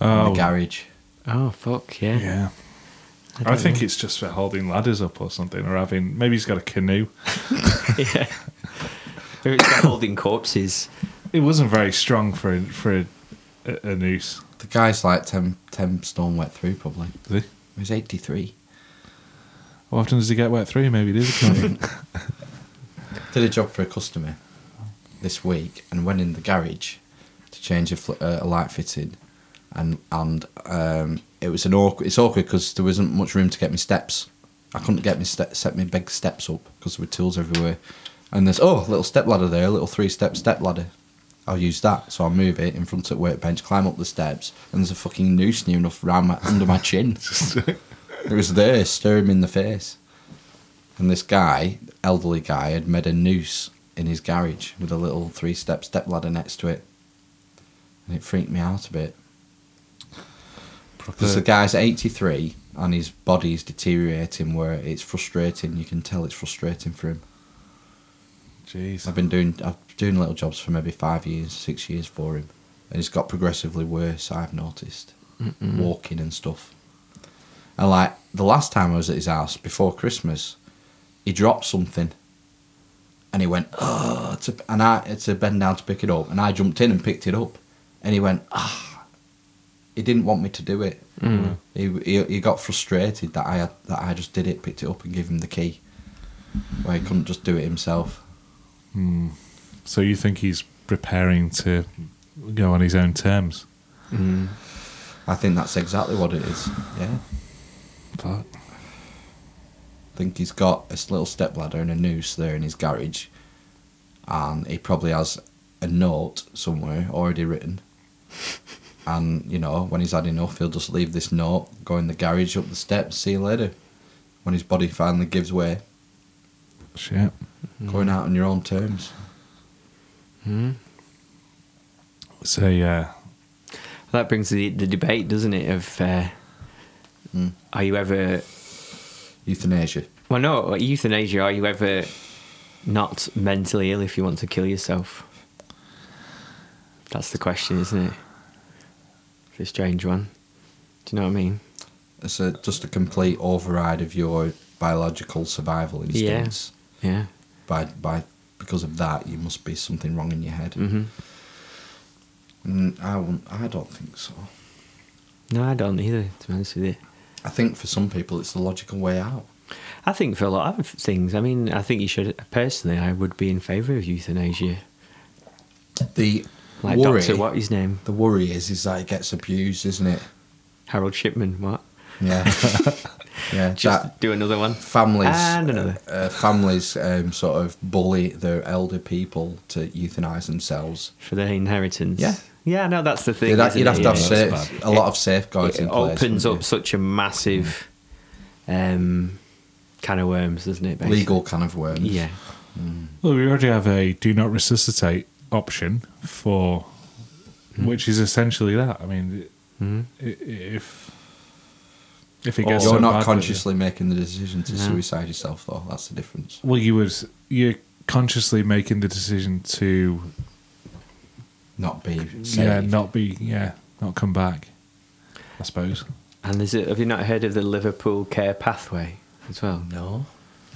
Speaker 1: in the garage.
Speaker 3: Oh fuck yeah.
Speaker 2: Oh, Yeah. I, think it's just for holding ladders up or something, or having maybe he's got a canoe.
Speaker 3: yeah. Maybe it's like holding corpses.
Speaker 2: It wasn't very strong for a, for a, a noose.
Speaker 1: The guy's like 10, 10 stone wet through probably.
Speaker 2: Is he?
Speaker 1: He was eighty three.
Speaker 2: How often does he get wet through? Maybe it is a canoe.
Speaker 1: Did a job for a customer this week and went in the garage to change a, fl- uh, a light fitting, and and um, it was an awkward. It's awkward because there wasn't much room to get my steps. I couldn't get my ste- set my big steps up because there were tools everywhere. And there's oh a little step ladder there, a little three step step ladder. I'll use that, so I'll move it in front of the workbench, climb up the steps, and there's a fucking noose near enough round my, under my chin. It was there, staring me in the face. And this guy, elderly guy, had made a noose in his garage with a little three step step ladder next to it. And it freaked me out a bit. Because the guy's 83 and his body's deteriorating, where it's frustrating. You can tell it's frustrating for him.
Speaker 2: Jeez.
Speaker 1: I've been doing I've been doing little jobs for maybe five years, six years for him, and it's got progressively worse. I've noticed walking and stuff. And like the last time I was at his house before Christmas, he dropped something, and he went oh, to, and I had to bend down to pick it up, and I jumped in and picked it up, and he went ah. He didn't want me to do it. He, he he got frustrated that I had, that I just did it, picked it up, and gave him the key. Where he couldn't just do it himself.
Speaker 2: So you think he's preparing to go on his own terms?
Speaker 1: Mm. I think that's exactly what it is. Yeah.
Speaker 2: Fuck.
Speaker 1: I think he's got a little stepladder and a noose there in his garage. And he probably has a note somewhere already written. And, you know, when he's had enough, he'll just leave this note, go in the garage, up the steps, see you later. When his body finally gives way,
Speaker 2: Shit.
Speaker 1: going out on your own terms.
Speaker 2: So yeah,
Speaker 3: That brings the the debate, doesn't it? Of uh,
Speaker 1: Mm.
Speaker 3: are you ever
Speaker 1: Euthanasia.
Speaker 3: well, no, like euthanasia? Are you ever not mentally ill if you want to kill yourself? That's the question, isn't it? It's a strange one. Do you know what I mean?
Speaker 1: It's a, just a complete override of your biological survival instincts.
Speaker 3: Yeah.
Speaker 1: By, by, because of that, you must be something wrong in your head.
Speaker 3: hmm
Speaker 1: Mm, I wouldn't, I don't think so.
Speaker 3: No, I don't either. To be honest with you,
Speaker 1: I think for some people it's the logical way out.
Speaker 3: I think for a lot of things. I mean, I think you should personally. I would be in favour of euthanasia.
Speaker 1: The
Speaker 3: Like
Speaker 1: worry,
Speaker 3: Doctor, what his name?
Speaker 1: the worry is, is that it gets abused, isn't it?
Speaker 3: Harold Shipman. What?
Speaker 1: Yeah, yeah.
Speaker 3: Just
Speaker 1: that
Speaker 3: do another one.
Speaker 1: families,
Speaker 3: And another.
Speaker 1: uh, families, um, sort of bully their elder people to euthanize themselves.
Speaker 3: for the inheritance.
Speaker 1: Yeah.
Speaker 3: yeah, no, that's the thing.
Speaker 1: You'd, ha-
Speaker 3: isn't
Speaker 1: you'd have
Speaker 3: it?
Speaker 1: to have
Speaker 2: Yeah,
Speaker 1: safe-
Speaker 2: that's bad.
Speaker 1: a lot of safeguards
Speaker 3: It
Speaker 1: in place.
Speaker 3: opens up
Speaker 1: wouldn't
Speaker 3: such a massive um, can of worms, doesn't it?
Speaker 1: you?
Speaker 3: basically?
Speaker 1: legal kind of worms.
Speaker 3: Yeah,
Speaker 2: well, we already have a do not resuscitate option for,
Speaker 1: Hmm.
Speaker 2: which is essentially that. I mean, i- i- if if it
Speaker 1: You're
Speaker 2: gets so bad
Speaker 1: not
Speaker 2: that-
Speaker 1: consciously making the decision to
Speaker 3: No.
Speaker 1: suicide yourself, though. That's the difference.
Speaker 2: Well, you was you're consciously making the decision to
Speaker 1: Not be saved.
Speaker 2: yeah not be yeah not come back. I suppose.
Speaker 3: and there's a, have you not heard of the Liverpool Care Pathway as well?
Speaker 1: No.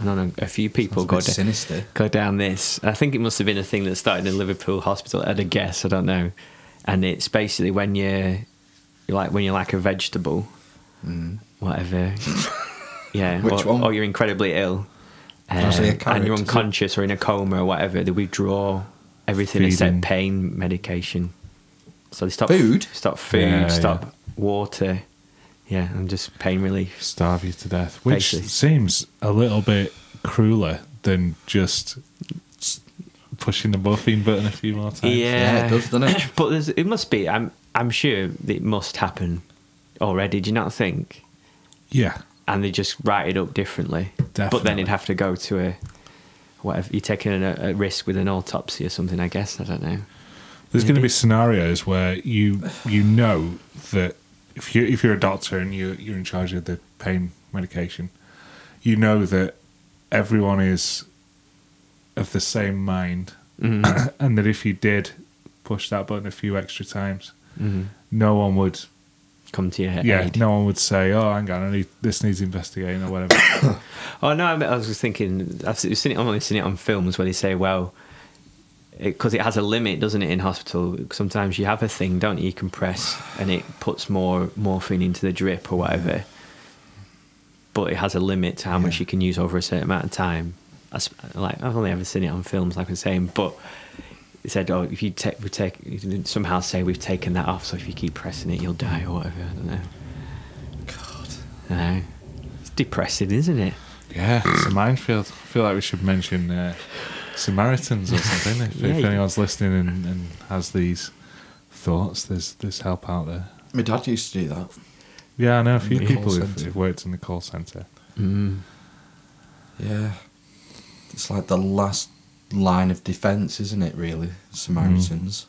Speaker 3: I don't know. A few
Speaker 1: Sounds
Speaker 3: people
Speaker 1: a
Speaker 3: go
Speaker 1: bit
Speaker 3: down,
Speaker 1: sinister.
Speaker 3: go down this. I think it must have been a thing that started in Liverpool Hospital. At a guess, I don't know. And it's basically when you're, you're like when you're like a vegetable, whatever. yeah,
Speaker 1: Mm. Which
Speaker 3: or,
Speaker 1: one?
Speaker 3: or you're incredibly ill,
Speaker 1: I say a
Speaker 3: um, and
Speaker 1: carrot,
Speaker 3: you're
Speaker 1: is it?
Speaker 3: unconscious or in a coma or whatever. They withdraw everything
Speaker 2: Feeding.
Speaker 3: except pain medication. So they stop
Speaker 1: Food?
Speaker 3: stop food,
Speaker 2: Yeah,
Speaker 3: stop water. Yeah, and just pain relief.
Speaker 2: starve you to death, which
Speaker 3: Basically.
Speaker 2: seems a little bit crueler than just s- pushing the morphine button a few more times.
Speaker 1: Yeah, it does, doesn't it?
Speaker 3: but there's, it must be. I'm I'm sure it must happen already. Do you not think?
Speaker 2: yeah,
Speaker 3: and they just write it up differently. But then
Speaker 2: Definitely.
Speaker 3: you'd have to go to a whatever you're taking a, a risk with an autopsy or something. I guess I don't know.
Speaker 2: There's going to be scenarios where you you know that if you if you're a doctor and you you're in charge of the pain medication, you know that everyone is of the same mind, and that if you did push that button a few extra times, no one would
Speaker 3: Come to your head.
Speaker 2: yeah no one would say oh hang on I need this needs investigating or whatever.
Speaker 3: Oh no, I mean, I was just thinking. I've se- seen it. I've only seen it on films where they say, well, because it, has a limit, doesn't it? In hospital, sometimes you have a thing, don't you? You compress and it puts more morphine into the drip or whatever. But it has a limit to how much
Speaker 1: Yeah.
Speaker 3: you can use over a certain amount of time. I, s- like I've only ever seen it on films, like I'm saying, but. It said, "Oh, if you take, we take, you can somehow say we've taken that off. So if you keep pressing it, you'll die or whatever. I don't know.
Speaker 1: God.
Speaker 3: I know. It's depressing, isn't it?
Speaker 2: Yeah, it's a minefield. I feel like we should mention uh, Samaritans or something. If,
Speaker 3: Yeah,
Speaker 2: if
Speaker 3: you-
Speaker 2: anyone's listening and, and has these thoughts, there's there's help out there.
Speaker 1: My dad used to do that.
Speaker 2: Yeah, I know a few
Speaker 1: In the
Speaker 2: people
Speaker 1: call
Speaker 2: who've,
Speaker 1: centre.
Speaker 2: who've worked in the call centre.
Speaker 1: Yeah. It's like the last line of defence, isn't it, really? Samaritans.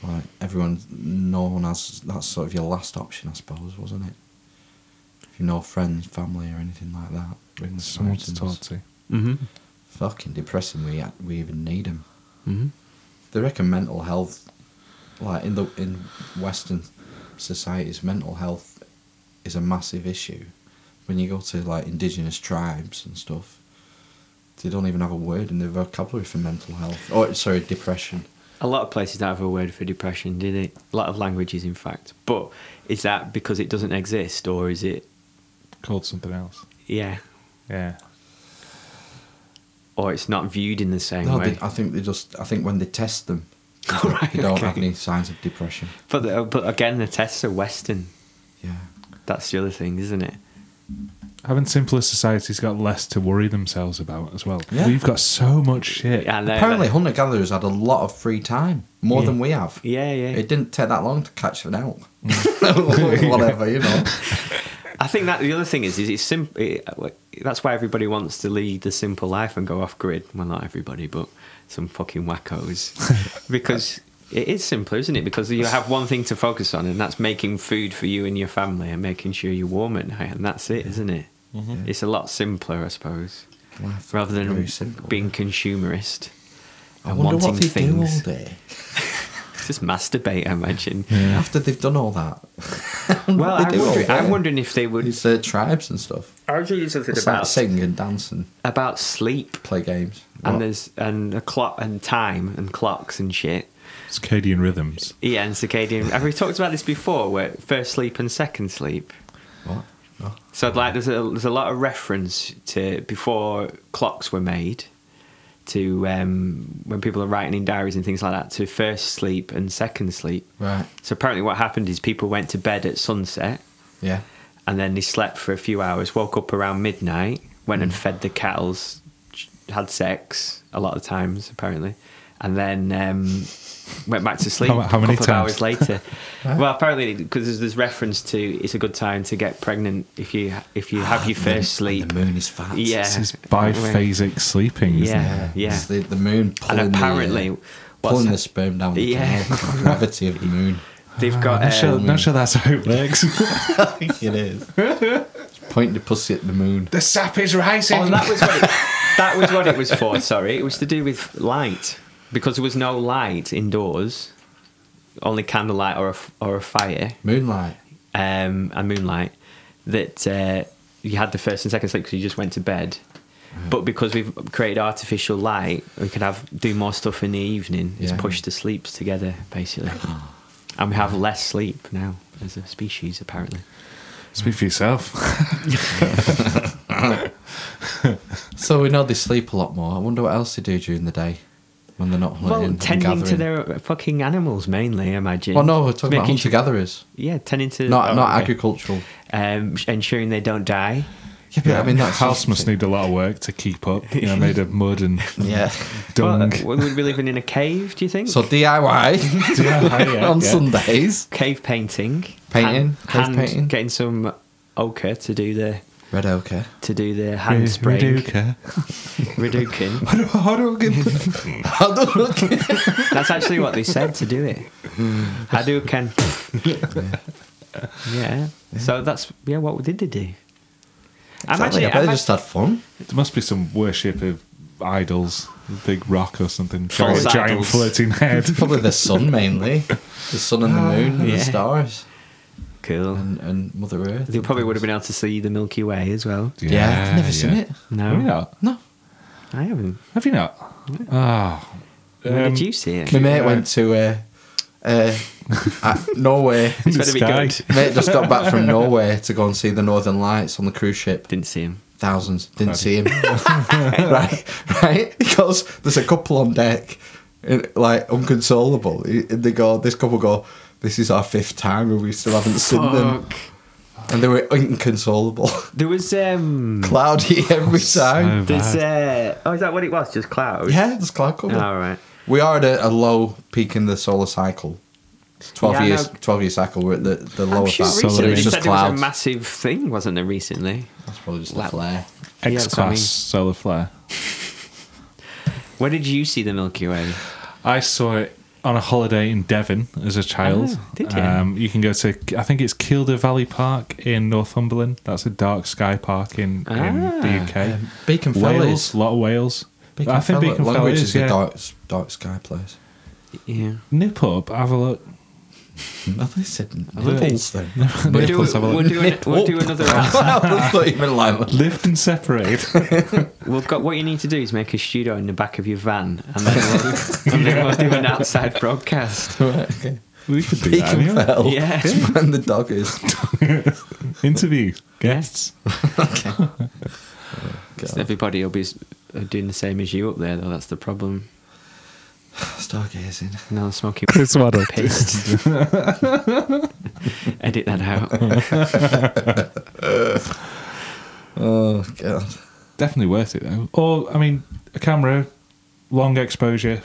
Speaker 2: Mm.
Speaker 1: Like, everyone, no one has, that's sort of your last option, I suppose, wasn't it? If you know friends, family, or anything like that, ring the
Speaker 2: Someone to
Speaker 1: Samaritans.
Speaker 2: talk to.
Speaker 3: Mm-hmm.
Speaker 1: Fucking depressing we, act- we even need them.
Speaker 3: Mm-hmm.
Speaker 1: They reckon mental health, like in the in Western societies, mental health is a massive issue. When you go to like indigenous tribes and stuff, they don't even have a word in their vocabulary for mental health. Or sorry, depression.
Speaker 3: A lot of places don't have a word for depression, do they? A lot of languages, in fact. But is that because it doesn't exist, or is it?
Speaker 2: Called something else.
Speaker 3: Yeah,
Speaker 2: Yeah.
Speaker 3: or it's not viewed in the same
Speaker 1: No,
Speaker 3: way.
Speaker 1: they, I think they just. I think when they test them,
Speaker 3: All right,
Speaker 1: they don't
Speaker 3: okay.
Speaker 1: have any signs of depression.
Speaker 3: But the, but again, the tests are Western.
Speaker 1: Yeah,
Speaker 3: That's the other thing, isn't it?
Speaker 2: Having simpler societies got less to worry themselves about as well.
Speaker 1: Yeah.
Speaker 2: We've got so much shit.
Speaker 3: Yeah, I know,
Speaker 1: apparently
Speaker 3: but-
Speaker 1: hunter gatherers had a lot of free time, more
Speaker 3: Yeah.
Speaker 1: than we have.
Speaker 3: yeah, yeah.
Speaker 1: It didn't take that long to catch an elk.
Speaker 3: Mm.
Speaker 1: Whatever, you know.
Speaker 3: I think that the other thing is, is it's simple. It, that's why everybody wants to lead the simple life and go off grid. Well, not everybody, but some fucking wackos, because it is simple, isn't it? Because you have one thing to focus on, and that's making food for you and your family, and making sure you're warm at night, and that's it, isn't it? It's a lot simpler, I suppose,
Speaker 1: Life
Speaker 3: rather than
Speaker 1: very simple.
Speaker 3: being consumerist.
Speaker 1: I
Speaker 3: and
Speaker 1: wonder what
Speaker 3: wanting
Speaker 1: they
Speaker 3: things.
Speaker 1: do all day
Speaker 3: Just masturbate, I imagine.
Speaker 1: after they've done all that.
Speaker 3: Well,
Speaker 1: They
Speaker 3: I'm
Speaker 1: do all
Speaker 3: wondering, I'm
Speaker 1: day.
Speaker 3: wondering if they would.
Speaker 1: It's uh, tribes and stuff.
Speaker 3: I was thinking something
Speaker 1: It's like sing and dance and
Speaker 3: about sleep.
Speaker 1: play games.
Speaker 3: and
Speaker 1: What?
Speaker 3: there's and a clock and time and clocks and shit.
Speaker 2: Circadian rhythms.
Speaker 3: Yeah, and circadian. Have we talked about this before? Where first sleep and second sleep.
Speaker 1: what? Oh, No.
Speaker 3: So like, there's a there's a lot of reference to before clocks were made, to um, when people are writing in diaries and things like that, to first sleep and second sleep.
Speaker 1: Right.
Speaker 3: So apparently, what happened is people went to bed at sunset,
Speaker 1: Yeah.
Speaker 3: and then they slept for a few hours, woke up around midnight, went and fed the cows, had sex a lot of times apparently, and then um, went back to sleep.
Speaker 2: How- how many
Speaker 3: a couple
Speaker 2: times?
Speaker 3: of hours later? well, apparently because there's, there's reference to it's a good time to get pregnant if you if you have your
Speaker 1: And
Speaker 3: first
Speaker 1: Ah, the- and
Speaker 3: sleep.
Speaker 1: The moon is fat.
Speaker 3: Yeah.
Speaker 2: This is biphasic sleeping, isn't
Speaker 3: Yeah.
Speaker 2: it?
Speaker 3: yeah.
Speaker 1: It's the, the moon pulling
Speaker 3: And apparently,
Speaker 1: the, uh,
Speaker 3: what's
Speaker 1: pulling
Speaker 3: hap-
Speaker 1: the sperm down the
Speaker 3: Yeah.
Speaker 1: canal. The gravity of the moon.
Speaker 3: They've got.
Speaker 2: Not sure,
Speaker 3: um,
Speaker 2: not sure that's how it works.
Speaker 1: I think it is. It's pointing the pussy at the moon.
Speaker 2: the sap is rising.
Speaker 3: Oh, that was what it, that was what it was for. Sorry, it was to do with light because there was no light indoors, only candlelight or a, f- or a fire
Speaker 1: Moonlight.
Speaker 3: um, and moonlight. That uh, you had the first and second sleep because you just went to bed.
Speaker 1: Mm-hmm.
Speaker 3: But because we've created artificial light, we can have do more stuff in the evening. It's
Speaker 1: Yeah.
Speaker 3: pushed the sleeps together basically, and we have less sleep now. as a species, apparently.
Speaker 2: Speak for yourself.
Speaker 1: So we know they sleep a lot more. I wonder what else they do during the day when they're not hunting
Speaker 3: well,
Speaker 1: and
Speaker 3: tending to
Speaker 1: gathering.
Speaker 3: their fucking animals mainly, I imagine.
Speaker 1: Well, no, we're talking about
Speaker 3: Making
Speaker 1: hunter gatherers,
Speaker 3: sure- Yeah, tending to.
Speaker 1: not
Speaker 3: oh,
Speaker 1: not
Speaker 3: okay.
Speaker 1: agricultural.
Speaker 3: Um, ensuring they don't die.
Speaker 1: Yeah, but I mean that's
Speaker 2: house must need a lot of work to keep up. You know, made of mud and
Speaker 1: Yeah.
Speaker 3: Well,
Speaker 2: dung.
Speaker 3: uh, we would be living in a cave, do you think?
Speaker 1: So DIY on Sundays,
Speaker 3: cave painting,
Speaker 1: Painting,
Speaker 3: hand,
Speaker 1: cave
Speaker 3: hand-
Speaker 1: painting.
Speaker 3: getting some ochre to do the
Speaker 1: red ochre.
Speaker 3: to do the hand spraying, redukin. That's actually what they said to do it. Hadouken. yeah. So that's yeah. What did they do? I'm
Speaker 1: Exactly,
Speaker 3: actually.
Speaker 1: I bet
Speaker 3: I'm
Speaker 1: they just had fun.
Speaker 2: There must be some worship of idols, a big rock or something,
Speaker 3: False
Speaker 2: giant, giant
Speaker 3: idols.
Speaker 2: floating head.
Speaker 1: Probably the sun mainly, the sun and the moon and the
Speaker 3: Ah, yeah.
Speaker 1: stars
Speaker 3: actually- cool.
Speaker 1: and, and Mother Earth.
Speaker 3: They probably would have been able to see the Milky Way as well.
Speaker 1: Yeah, I've never seen it.
Speaker 2: Have you
Speaker 3: No,
Speaker 2: not?
Speaker 1: No,
Speaker 3: I haven't.
Speaker 2: Have you not? Ah,
Speaker 3: When
Speaker 2: Um,
Speaker 3: did you see it?
Speaker 1: my
Speaker 3: It's
Speaker 1: mate went to uh, uh, uh, Norway.
Speaker 3: better be
Speaker 2: Sky.
Speaker 3: good.
Speaker 1: mate just got back from Norway to go and see the Northern Lights on the cruise ship.
Speaker 3: Didn't see him.
Speaker 1: thousands. Didn't see him. right, right. He goes, there's a couple on deck, and, like unconsolable. He- and they go, this couple go, this is our fifth time and we still haven't seen them.
Speaker 3: Fuck.
Speaker 1: And they were inconsolable.
Speaker 3: There was um.
Speaker 1: Cloudy every time.
Speaker 3: There's uh. Oh, is that what it was? Just clouds.
Speaker 1: Yeah, there's cloud cover.
Speaker 3: All right.
Speaker 1: We are at a, a low peak in the solar cycle. It's twelve
Speaker 3: Yeah, I
Speaker 1: years,
Speaker 3: know.
Speaker 1: twelve year cycle. We're at the the
Speaker 3: I'm
Speaker 1: lower
Speaker 3: sure
Speaker 1: part. so
Speaker 2: recently
Speaker 3: recently
Speaker 1: it's
Speaker 3: they
Speaker 1: just
Speaker 3: said there was a
Speaker 1: clouds.
Speaker 3: massive thing, wasn't there? Recently,
Speaker 1: That's probably just
Speaker 3: Like-
Speaker 1: flare.
Speaker 3: Yeah,
Speaker 2: X
Speaker 3: that's what I mean.
Speaker 2: class solar flare.
Speaker 3: Where did you see the Milky Way?
Speaker 2: I saw it on a holiday in Devon as a child.
Speaker 3: Oh, did you?
Speaker 2: Um, you can go to, I think it's Kielder Valley Park in Northumberland. That's a dark sky park in, in the
Speaker 3: Ah.
Speaker 2: UK.
Speaker 1: Um, Beacon
Speaker 2: Wales,
Speaker 1: Fellas.
Speaker 2: a lot of Wales.
Speaker 1: Beacon
Speaker 2: I think
Speaker 1: Fellas-
Speaker 2: Beacon
Speaker 1: Longreach
Speaker 2: Fellas
Speaker 1: is
Speaker 2: is yeah.
Speaker 1: a dark, dark sky place.
Speaker 3: Yeah.
Speaker 2: Nip up, have a look.
Speaker 1: I thought he said nipples
Speaker 3: nipples
Speaker 1: then.
Speaker 3: We'll do, we'll do, an, we'll do another episode.
Speaker 2: Lift and separate.
Speaker 3: We've got what you need to do is make a studio in the back of your van, and then we'll, and then we'll do an outside broadcast.
Speaker 2: we could do that.
Speaker 1: Beacon
Speaker 2: anyway.
Speaker 1: fell.
Speaker 3: Yeah.
Speaker 1: and the dog is.
Speaker 2: Interview guests.
Speaker 3: So Everybody will be s- uh, doing the same as you up there, though. That's the problem.
Speaker 1: Stargazing.
Speaker 3: No smoking
Speaker 2: Chris Waddle.
Speaker 3: pissed. Edit that out.
Speaker 1: Oh god.
Speaker 2: Definitely worth it though. Or I mean, a camera, long exposure,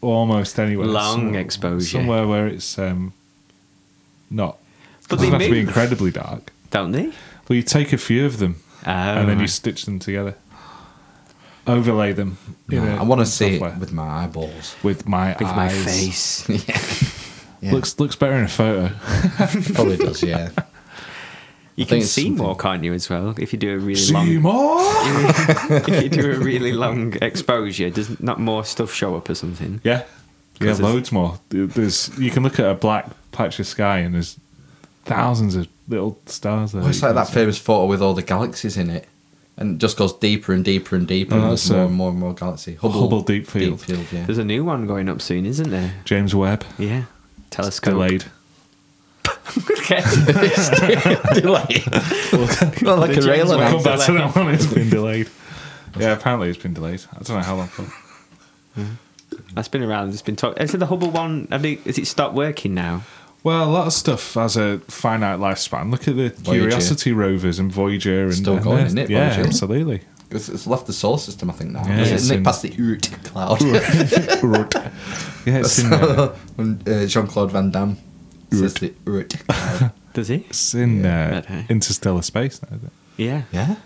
Speaker 2: almost anywhere.
Speaker 3: Long
Speaker 2: Somewhere-
Speaker 3: exposure.
Speaker 2: Somewhere where it's um, not.
Speaker 3: But
Speaker 2: It doesn't
Speaker 3: they
Speaker 2: have to be
Speaker 3: move.
Speaker 2: incredibly dark.
Speaker 3: Don't they?
Speaker 2: Well, you take a few of them
Speaker 3: Oh,
Speaker 2: and then you
Speaker 3: right.
Speaker 2: stitch them together, overlay them. you know,
Speaker 1: I want to see
Speaker 2: software.
Speaker 1: it with my eyeballs.
Speaker 2: with my
Speaker 3: with my
Speaker 2: eyes.
Speaker 3: face.
Speaker 1: Yeah,
Speaker 2: Looks looks better in a photo.
Speaker 1: probably does. Yeah.
Speaker 3: You
Speaker 1: I think
Speaker 3: can
Speaker 1: it's
Speaker 3: see
Speaker 1: something-
Speaker 3: more, can't you, as well? If you do a really
Speaker 2: See
Speaker 3: long,
Speaker 2: more.
Speaker 3: if you do a really long exposure, does not more stuff show up or something?
Speaker 2: Yeah, yeah,
Speaker 3: Because it's-
Speaker 2: loads more. There's you can look at a black patch of sky and there's thousands of little stars there.
Speaker 1: Well, it's
Speaker 2: you
Speaker 1: like
Speaker 2: can
Speaker 1: that
Speaker 2: see.
Speaker 1: famous photo with all the galaxies in it, and it just goes deeper and deeper and deeper,
Speaker 2: Oh,
Speaker 1: and there's more
Speaker 2: that's, uh,
Speaker 1: and more and more galaxy. Hubble,
Speaker 2: Hubble Deep Field.
Speaker 1: Deep Field. Yeah.
Speaker 3: There's a new one going up soon, isn't there?
Speaker 2: James Webb
Speaker 3: Yeah, telescope.
Speaker 2: delayed.
Speaker 3: okay.
Speaker 1: Not like
Speaker 3: The
Speaker 1: a rail
Speaker 3: James Webb.
Speaker 2: Come
Speaker 1: announcer.
Speaker 2: back to that one. It's been delayed. Yeah, apparently it's been delayed. I don't know how long. For.
Speaker 3: That's been around. It's been talked. Is it the Hubble one? I mean, has it stopped working now?
Speaker 2: Well, a lot of stuff has a finite lifespan. Look at the
Speaker 1: Voyager.
Speaker 2: Curiosity rovers and Voyager, and
Speaker 1: Still
Speaker 2: and
Speaker 1: going,
Speaker 2: they're-
Speaker 1: isn't it,
Speaker 2: Yeah,
Speaker 1: Voyager?
Speaker 2: absolutely.
Speaker 1: It's, it's left the solar system, I think, now.
Speaker 2: Yeah,
Speaker 1: Is
Speaker 2: it's
Speaker 1: it nicked
Speaker 2: in-
Speaker 1: past the Oort cloud?
Speaker 2: Right. yeah, it's in, uh,
Speaker 1: when uh, Jean Claude Van Damme says the Oort cloud.
Speaker 3: Does it?
Speaker 2: it's in
Speaker 3: Yeah.
Speaker 2: uh, interstellar space now. Isn't it?
Speaker 3: Yeah.
Speaker 1: Yeah.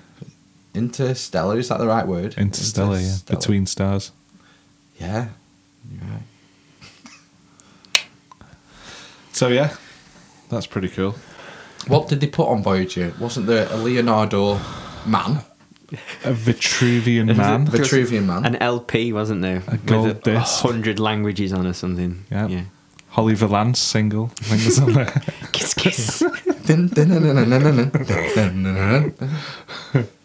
Speaker 1: Interstellar, is that the right word?
Speaker 2: Interstellar, yeah. between stars.
Speaker 1: Yeah. You're right.
Speaker 2: So yeah, that's pretty cool.
Speaker 1: What did they put on Voyager? Wasn't there a Leonardo man?
Speaker 2: A Vitruvian man.
Speaker 1: it- Vitruvian Man.
Speaker 3: An LP wasn't there?
Speaker 2: A gold
Speaker 3: with a
Speaker 2: disc.
Speaker 3: hundred languages on or something.
Speaker 2: yeah.
Speaker 3: Yeah.
Speaker 2: Holly Valance single. I think it's on there.
Speaker 3: Kiss kiss.
Speaker 1: Dun, dun, dun, dun, dun, dun, dun, dun, dun, dun, dun.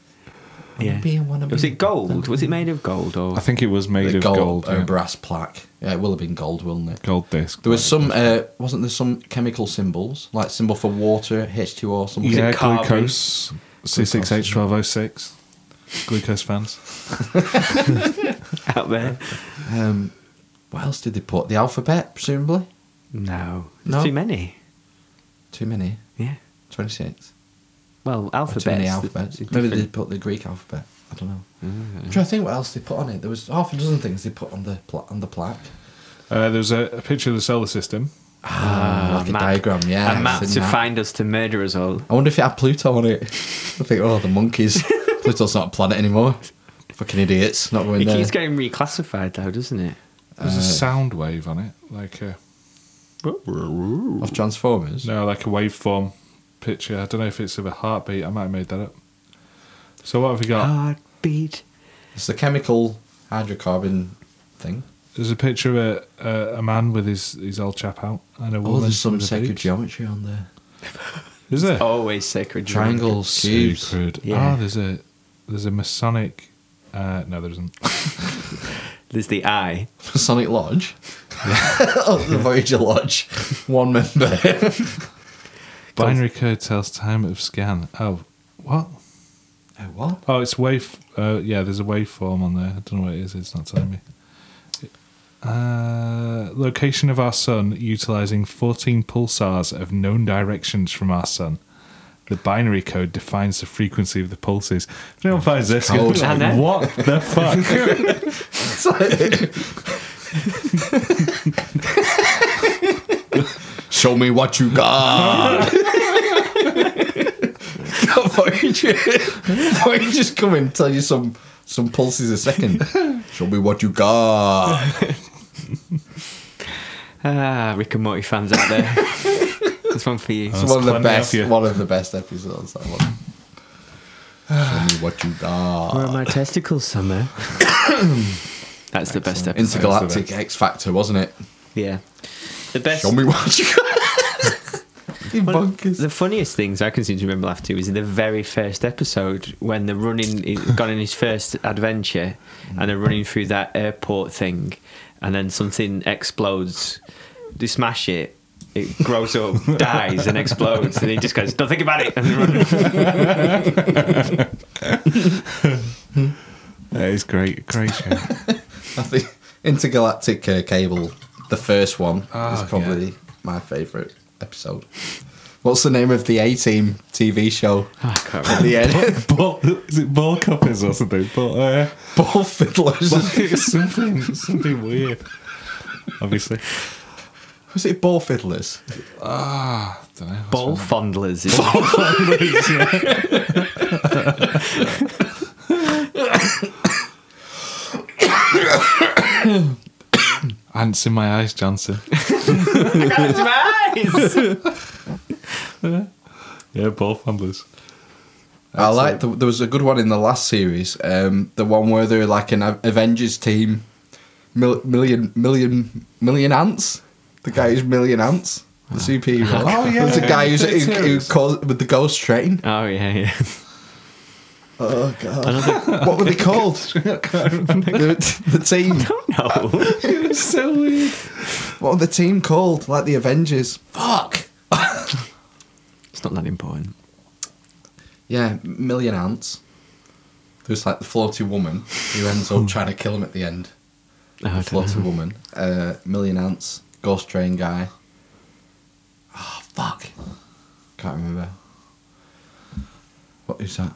Speaker 3: Yeah.
Speaker 1: be a wannabe.
Speaker 3: Was it gold? Was it made of gold or
Speaker 2: I think it was made
Speaker 1: The
Speaker 2: of
Speaker 1: gold,
Speaker 2: gold.
Speaker 1: or
Speaker 2: yeah.
Speaker 1: brass plaque. Yeah, it will have been gold, will not it?
Speaker 2: Gold disc.
Speaker 1: There was some, uh, wasn't there some chemical symbols like symbol for water, H two O, something?
Speaker 2: yeah,
Speaker 3: it carbon?
Speaker 2: glucose. C6H1206. Glucose fans.
Speaker 3: out there?
Speaker 1: Um, what else did they put? The alphabet, presumably.
Speaker 3: No.
Speaker 1: No.
Speaker 3: Too many.
Speaker 1: Too many.
Speaker 3: Yeah.
Speaker 1: Twenty six.
Speaker 3: Well,
Speaker 1: Too many
Speaker 3: alphabets.
Speaker 1: alphabets.
Speaker 3: It's
Speaker 1: Maybe they
Speaker 3: different. Mm,
Speaker 1: put the Greek alphabet. I don't know. I'm trying to think what else they put on it. There was half a dozen things they put on the pla- on the plaque.
Speaker 2: Uh, there's a, a picture of the solar system.
Speaker 1: Ah, like a diagram, yeah,
Speaker 3: A
Speaker 1: I've
Speaker 3: map
Speaker 1: seen
Speaker 3: to
Speaker 1: that.
Speaker 3: find us to murder us all.
Speaker 1: I wonder if it had Pluto on it. I think, oh, the monkeys. Pluto's not a planet anymore. Fucking idiots. Not going
Speaker 3: It
Speaker 1: there.
Speaker 3: keeps getting reclassified though, doesn't it?
Speaker 1: Uh.
Speaker 2: There's a sound wave on it, like a
Speaker 1: Of Transformers.
Speaker 2: no, like a waveform picture. I don't know if it's of a heartbeat. I might have made that up. So what have
Speaker 1: Oh.
Speaker 2: we
Speaker 1: Ah.
Speaker 2: got?
Speaker 3: Heartbeat.
Speaker 1: It's the chemical hydrocarbon thing.
Speaker 2: There's a picture of a, a, a man with his, his old chap out and a
Speaker 1: Oh,
Speaker 2: woman.
Speaker 1: there's some Oh,
Speaker 2: with a
Speaker 1: sacred
Speaker 2: boot.
Speaker 1: geometry on there.
Speaker 2: Is there?
Speaker 3: Always sacred geometry.
Speaker 1: Triangles, cubes.
Speaker 2: Sacred.
Speaker 3: Yeah.
Speaker 2: Ah, there's a there's a Masonic. Uh, no, there isn't.
Speaker 3: There's the eye.
Speaker 1: Sonic Lodge. oh, the Voyager Lodge. One member.
Speaker 2: Binary code tells time of scan. Oh, what?
Speaker 1: oh, what?
Speaker 2: Oh, it's wave. Uh, yeah, there's a waveform on there. I don't know what it is. It's not telling me. Uh, location of our sun utilizing 14 pulsars of known directions from our sun. The binary code defines the frequency of the pulses. If anyone finds this, you're
Speaker 1: cold.
Speaker 2: gonna be like,
Speaker 3: Isn't it?
Speaker 2: what the fuck?
Speaker 1: Show me what you got. Voyager. Voyager just come in and tell you some some pulses a second. Show me what you got.
Speaker 3: Ah, Rick and Morty fans out there. There's one for you.
Speaker 1: It's
Speaker 2: That's
Speaker 1: one of the
Speaker 2: plenty
Speaker 1: best.
Speaker 2: of you.
Speaker 1: One of the best episodes. That one. Show me what you got.
Speaker 3: Where are my testicles, Summer? That's the best episode.
Speaker 1: Intergalactic X Factor, wasn't it?
Speaker 3: yeah. The best.
Speaker 1: Show me what you got. You
Speaker 3: One of
Speaker 1: bonkers.
Speaker 3: The funniest things I can seem to remember after was in the very first episode when they're running, he's gone on his first adventure, and they're running through that airport thing, and then something explodes. They smash it. It grows up, dies, and explodes, and he just goes, "Don't think about it." And they run.
Speaker 2: that is great. Great show.
Speaker 1: I think Intergalactic uh, Cable, the first one,
Speaker 2: Ah,
Speaker 1: is probably my favourite episode. What's the name of the A Team TV show?
Speaker 3: Oh, I can't
Speaker 1: At
Speaker 3: remember.
Speaker 1: the end,
Speaker 2: Ball, is it ball cuppers or something? Ball, uh,
Speaker 1: ball fiddlers.
Speaker 2: something, something weird. Obviously.
Speaker 1: Was it ball fiddlers?
Speaker 2: Ah, don't know.
Speaker 3: Ball fondlers. Is
Speaker 2: Ants in my eyes, Johnson.
Speaker 3: That's right.
Speaker 2: yeah, ball fondlers.
Speaker 1: I like the, there was a good one in the last series. Um, the one where they're like an A- Avengers team, mil- million million million ants. The guy who's million ants. The superhero.
Speaker 2: Oh, yeah.
Speaker 1: There's a guy who's, who, who
Speaker 2: Series.
Speaker 1: caused with the ghost train.
Speaker 3: Oh yeah, yeah.
Speaker 1: Oh god! what were they called? the, the team.
Speaker 3: No.
Speaker 2: It was so weird.
Speaker 1: What were the team called? Like the Avengers. Fuck.
Speaker 3: It's not that important.
Speaker 1: Yeah, million ants. There's like the floaty woman who ends up trying to kill him at the end.
Speaker 3: No, Hmm. I
Speaker 1: The
Speaker 3: don't
Speaker 1: floaty
Speaker 3: know.
Speaker 1: woman, uh, million ants, ghost train guy.
Speaker 3: Ah,
Speaker 1: Oh fuck! Can't remember. What is that?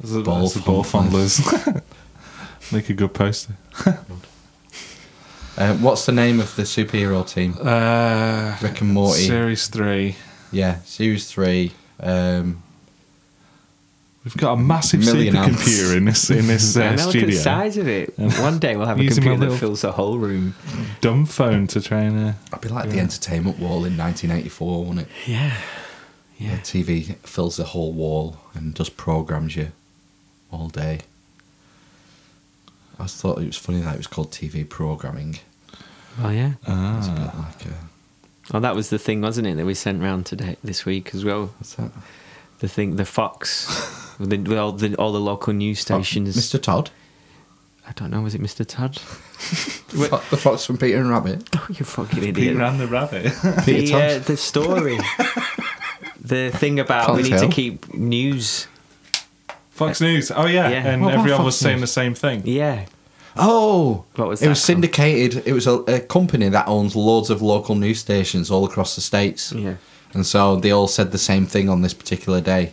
Speaker 2: That's a-
Speaker 1: Ball
Speaker 2: that's a ball
Speaker 1: fondlers.
Speaker 2: fondlers. Make a good poster.
Speaker 1: Uh, what's the name of the superhero team?
Speaker 2: Uh,
Speaker 1: Rick and Morty.
Speaker 2: Series 3.
Speaker 1: Yeah, series three. Um,
Speaker 2: We've got a massive
Speaker 1: Million
Speaker 2: supercomputer
Speaker 1: ants.
Speaker 2: in this, in this
Speaker 3: Yeah,
Speaker 2: uh,
Speaker 3: now look at the
Speaker 2: studio.
Speaker 3: size of it. One day we'll have a
Speaker 2: Using my
Speaker 3: computer that
Speaker 2: little-
Speaker 3: fills the whole room.
Speaker 2: Dumb phone to try and. Uh,
Speaker 1: I'd be like the entertainment wall in 1984, wouldn't it?
Speaker 3: Yeah.
Speaker 1: Yeah,
Speaker 3: Yeah.
Speaker 1: TV fills the whole wall and just programs you all day. I just thought it was funny that it was called TV programming.
Speaker 3: Oh yeah.
Speaker 1: It's a
Speaker 2: ah.
Speaker 1: bit like a,
Speaker 3: Oh, that was the thing, wasn't it, that we sent round today this week as well?
Speaker 1: what's that?
Speaker 3: the thing, the Fox, with the, with all the all the local news
Speaker 1: Oh,
Speaker 3: stations.
Speaker 1: Mr. Todd.
Speaker 3: I don't know. Was it Mr. Todd?
Speaker 1: Fo- the fox from Peter and Rabbit.
Speaker 3: Oh, you fucking idiot!
Speaker 2: Peter and the rabbit.
Speaker 1: Peter
Speaker 3: the,
Speaker 1: Todd.
Speaker 3: uh, the story. the thing about
Speaker 1: Can't
Speaker 3: we need
Speaker 1: tell.
Speaker 3: to keep news.
Speaker 2: Fox News. Oh yeah,
Speaker 3: Yeah.
Speaker 2: and
Speaker 1: What about
Speaker 2: everyone
Speaker 1: Fox
Speaker 2: was saying
Speaker 1: News?
Speaker 2: the same thing.
Speaker 3: Yeah.
Speaker 1: Oh,
Speaker 3: What was
Speaker 1: it
Speaker 3: that
Speaker 1: was
Speaker 3: called?
Speaker 1: syndicated. It was a, a company that owns loads of local news stations all across the states.
Speaker 3: Yeah.
Speaker 1: And so they all said the same thing on this particular day.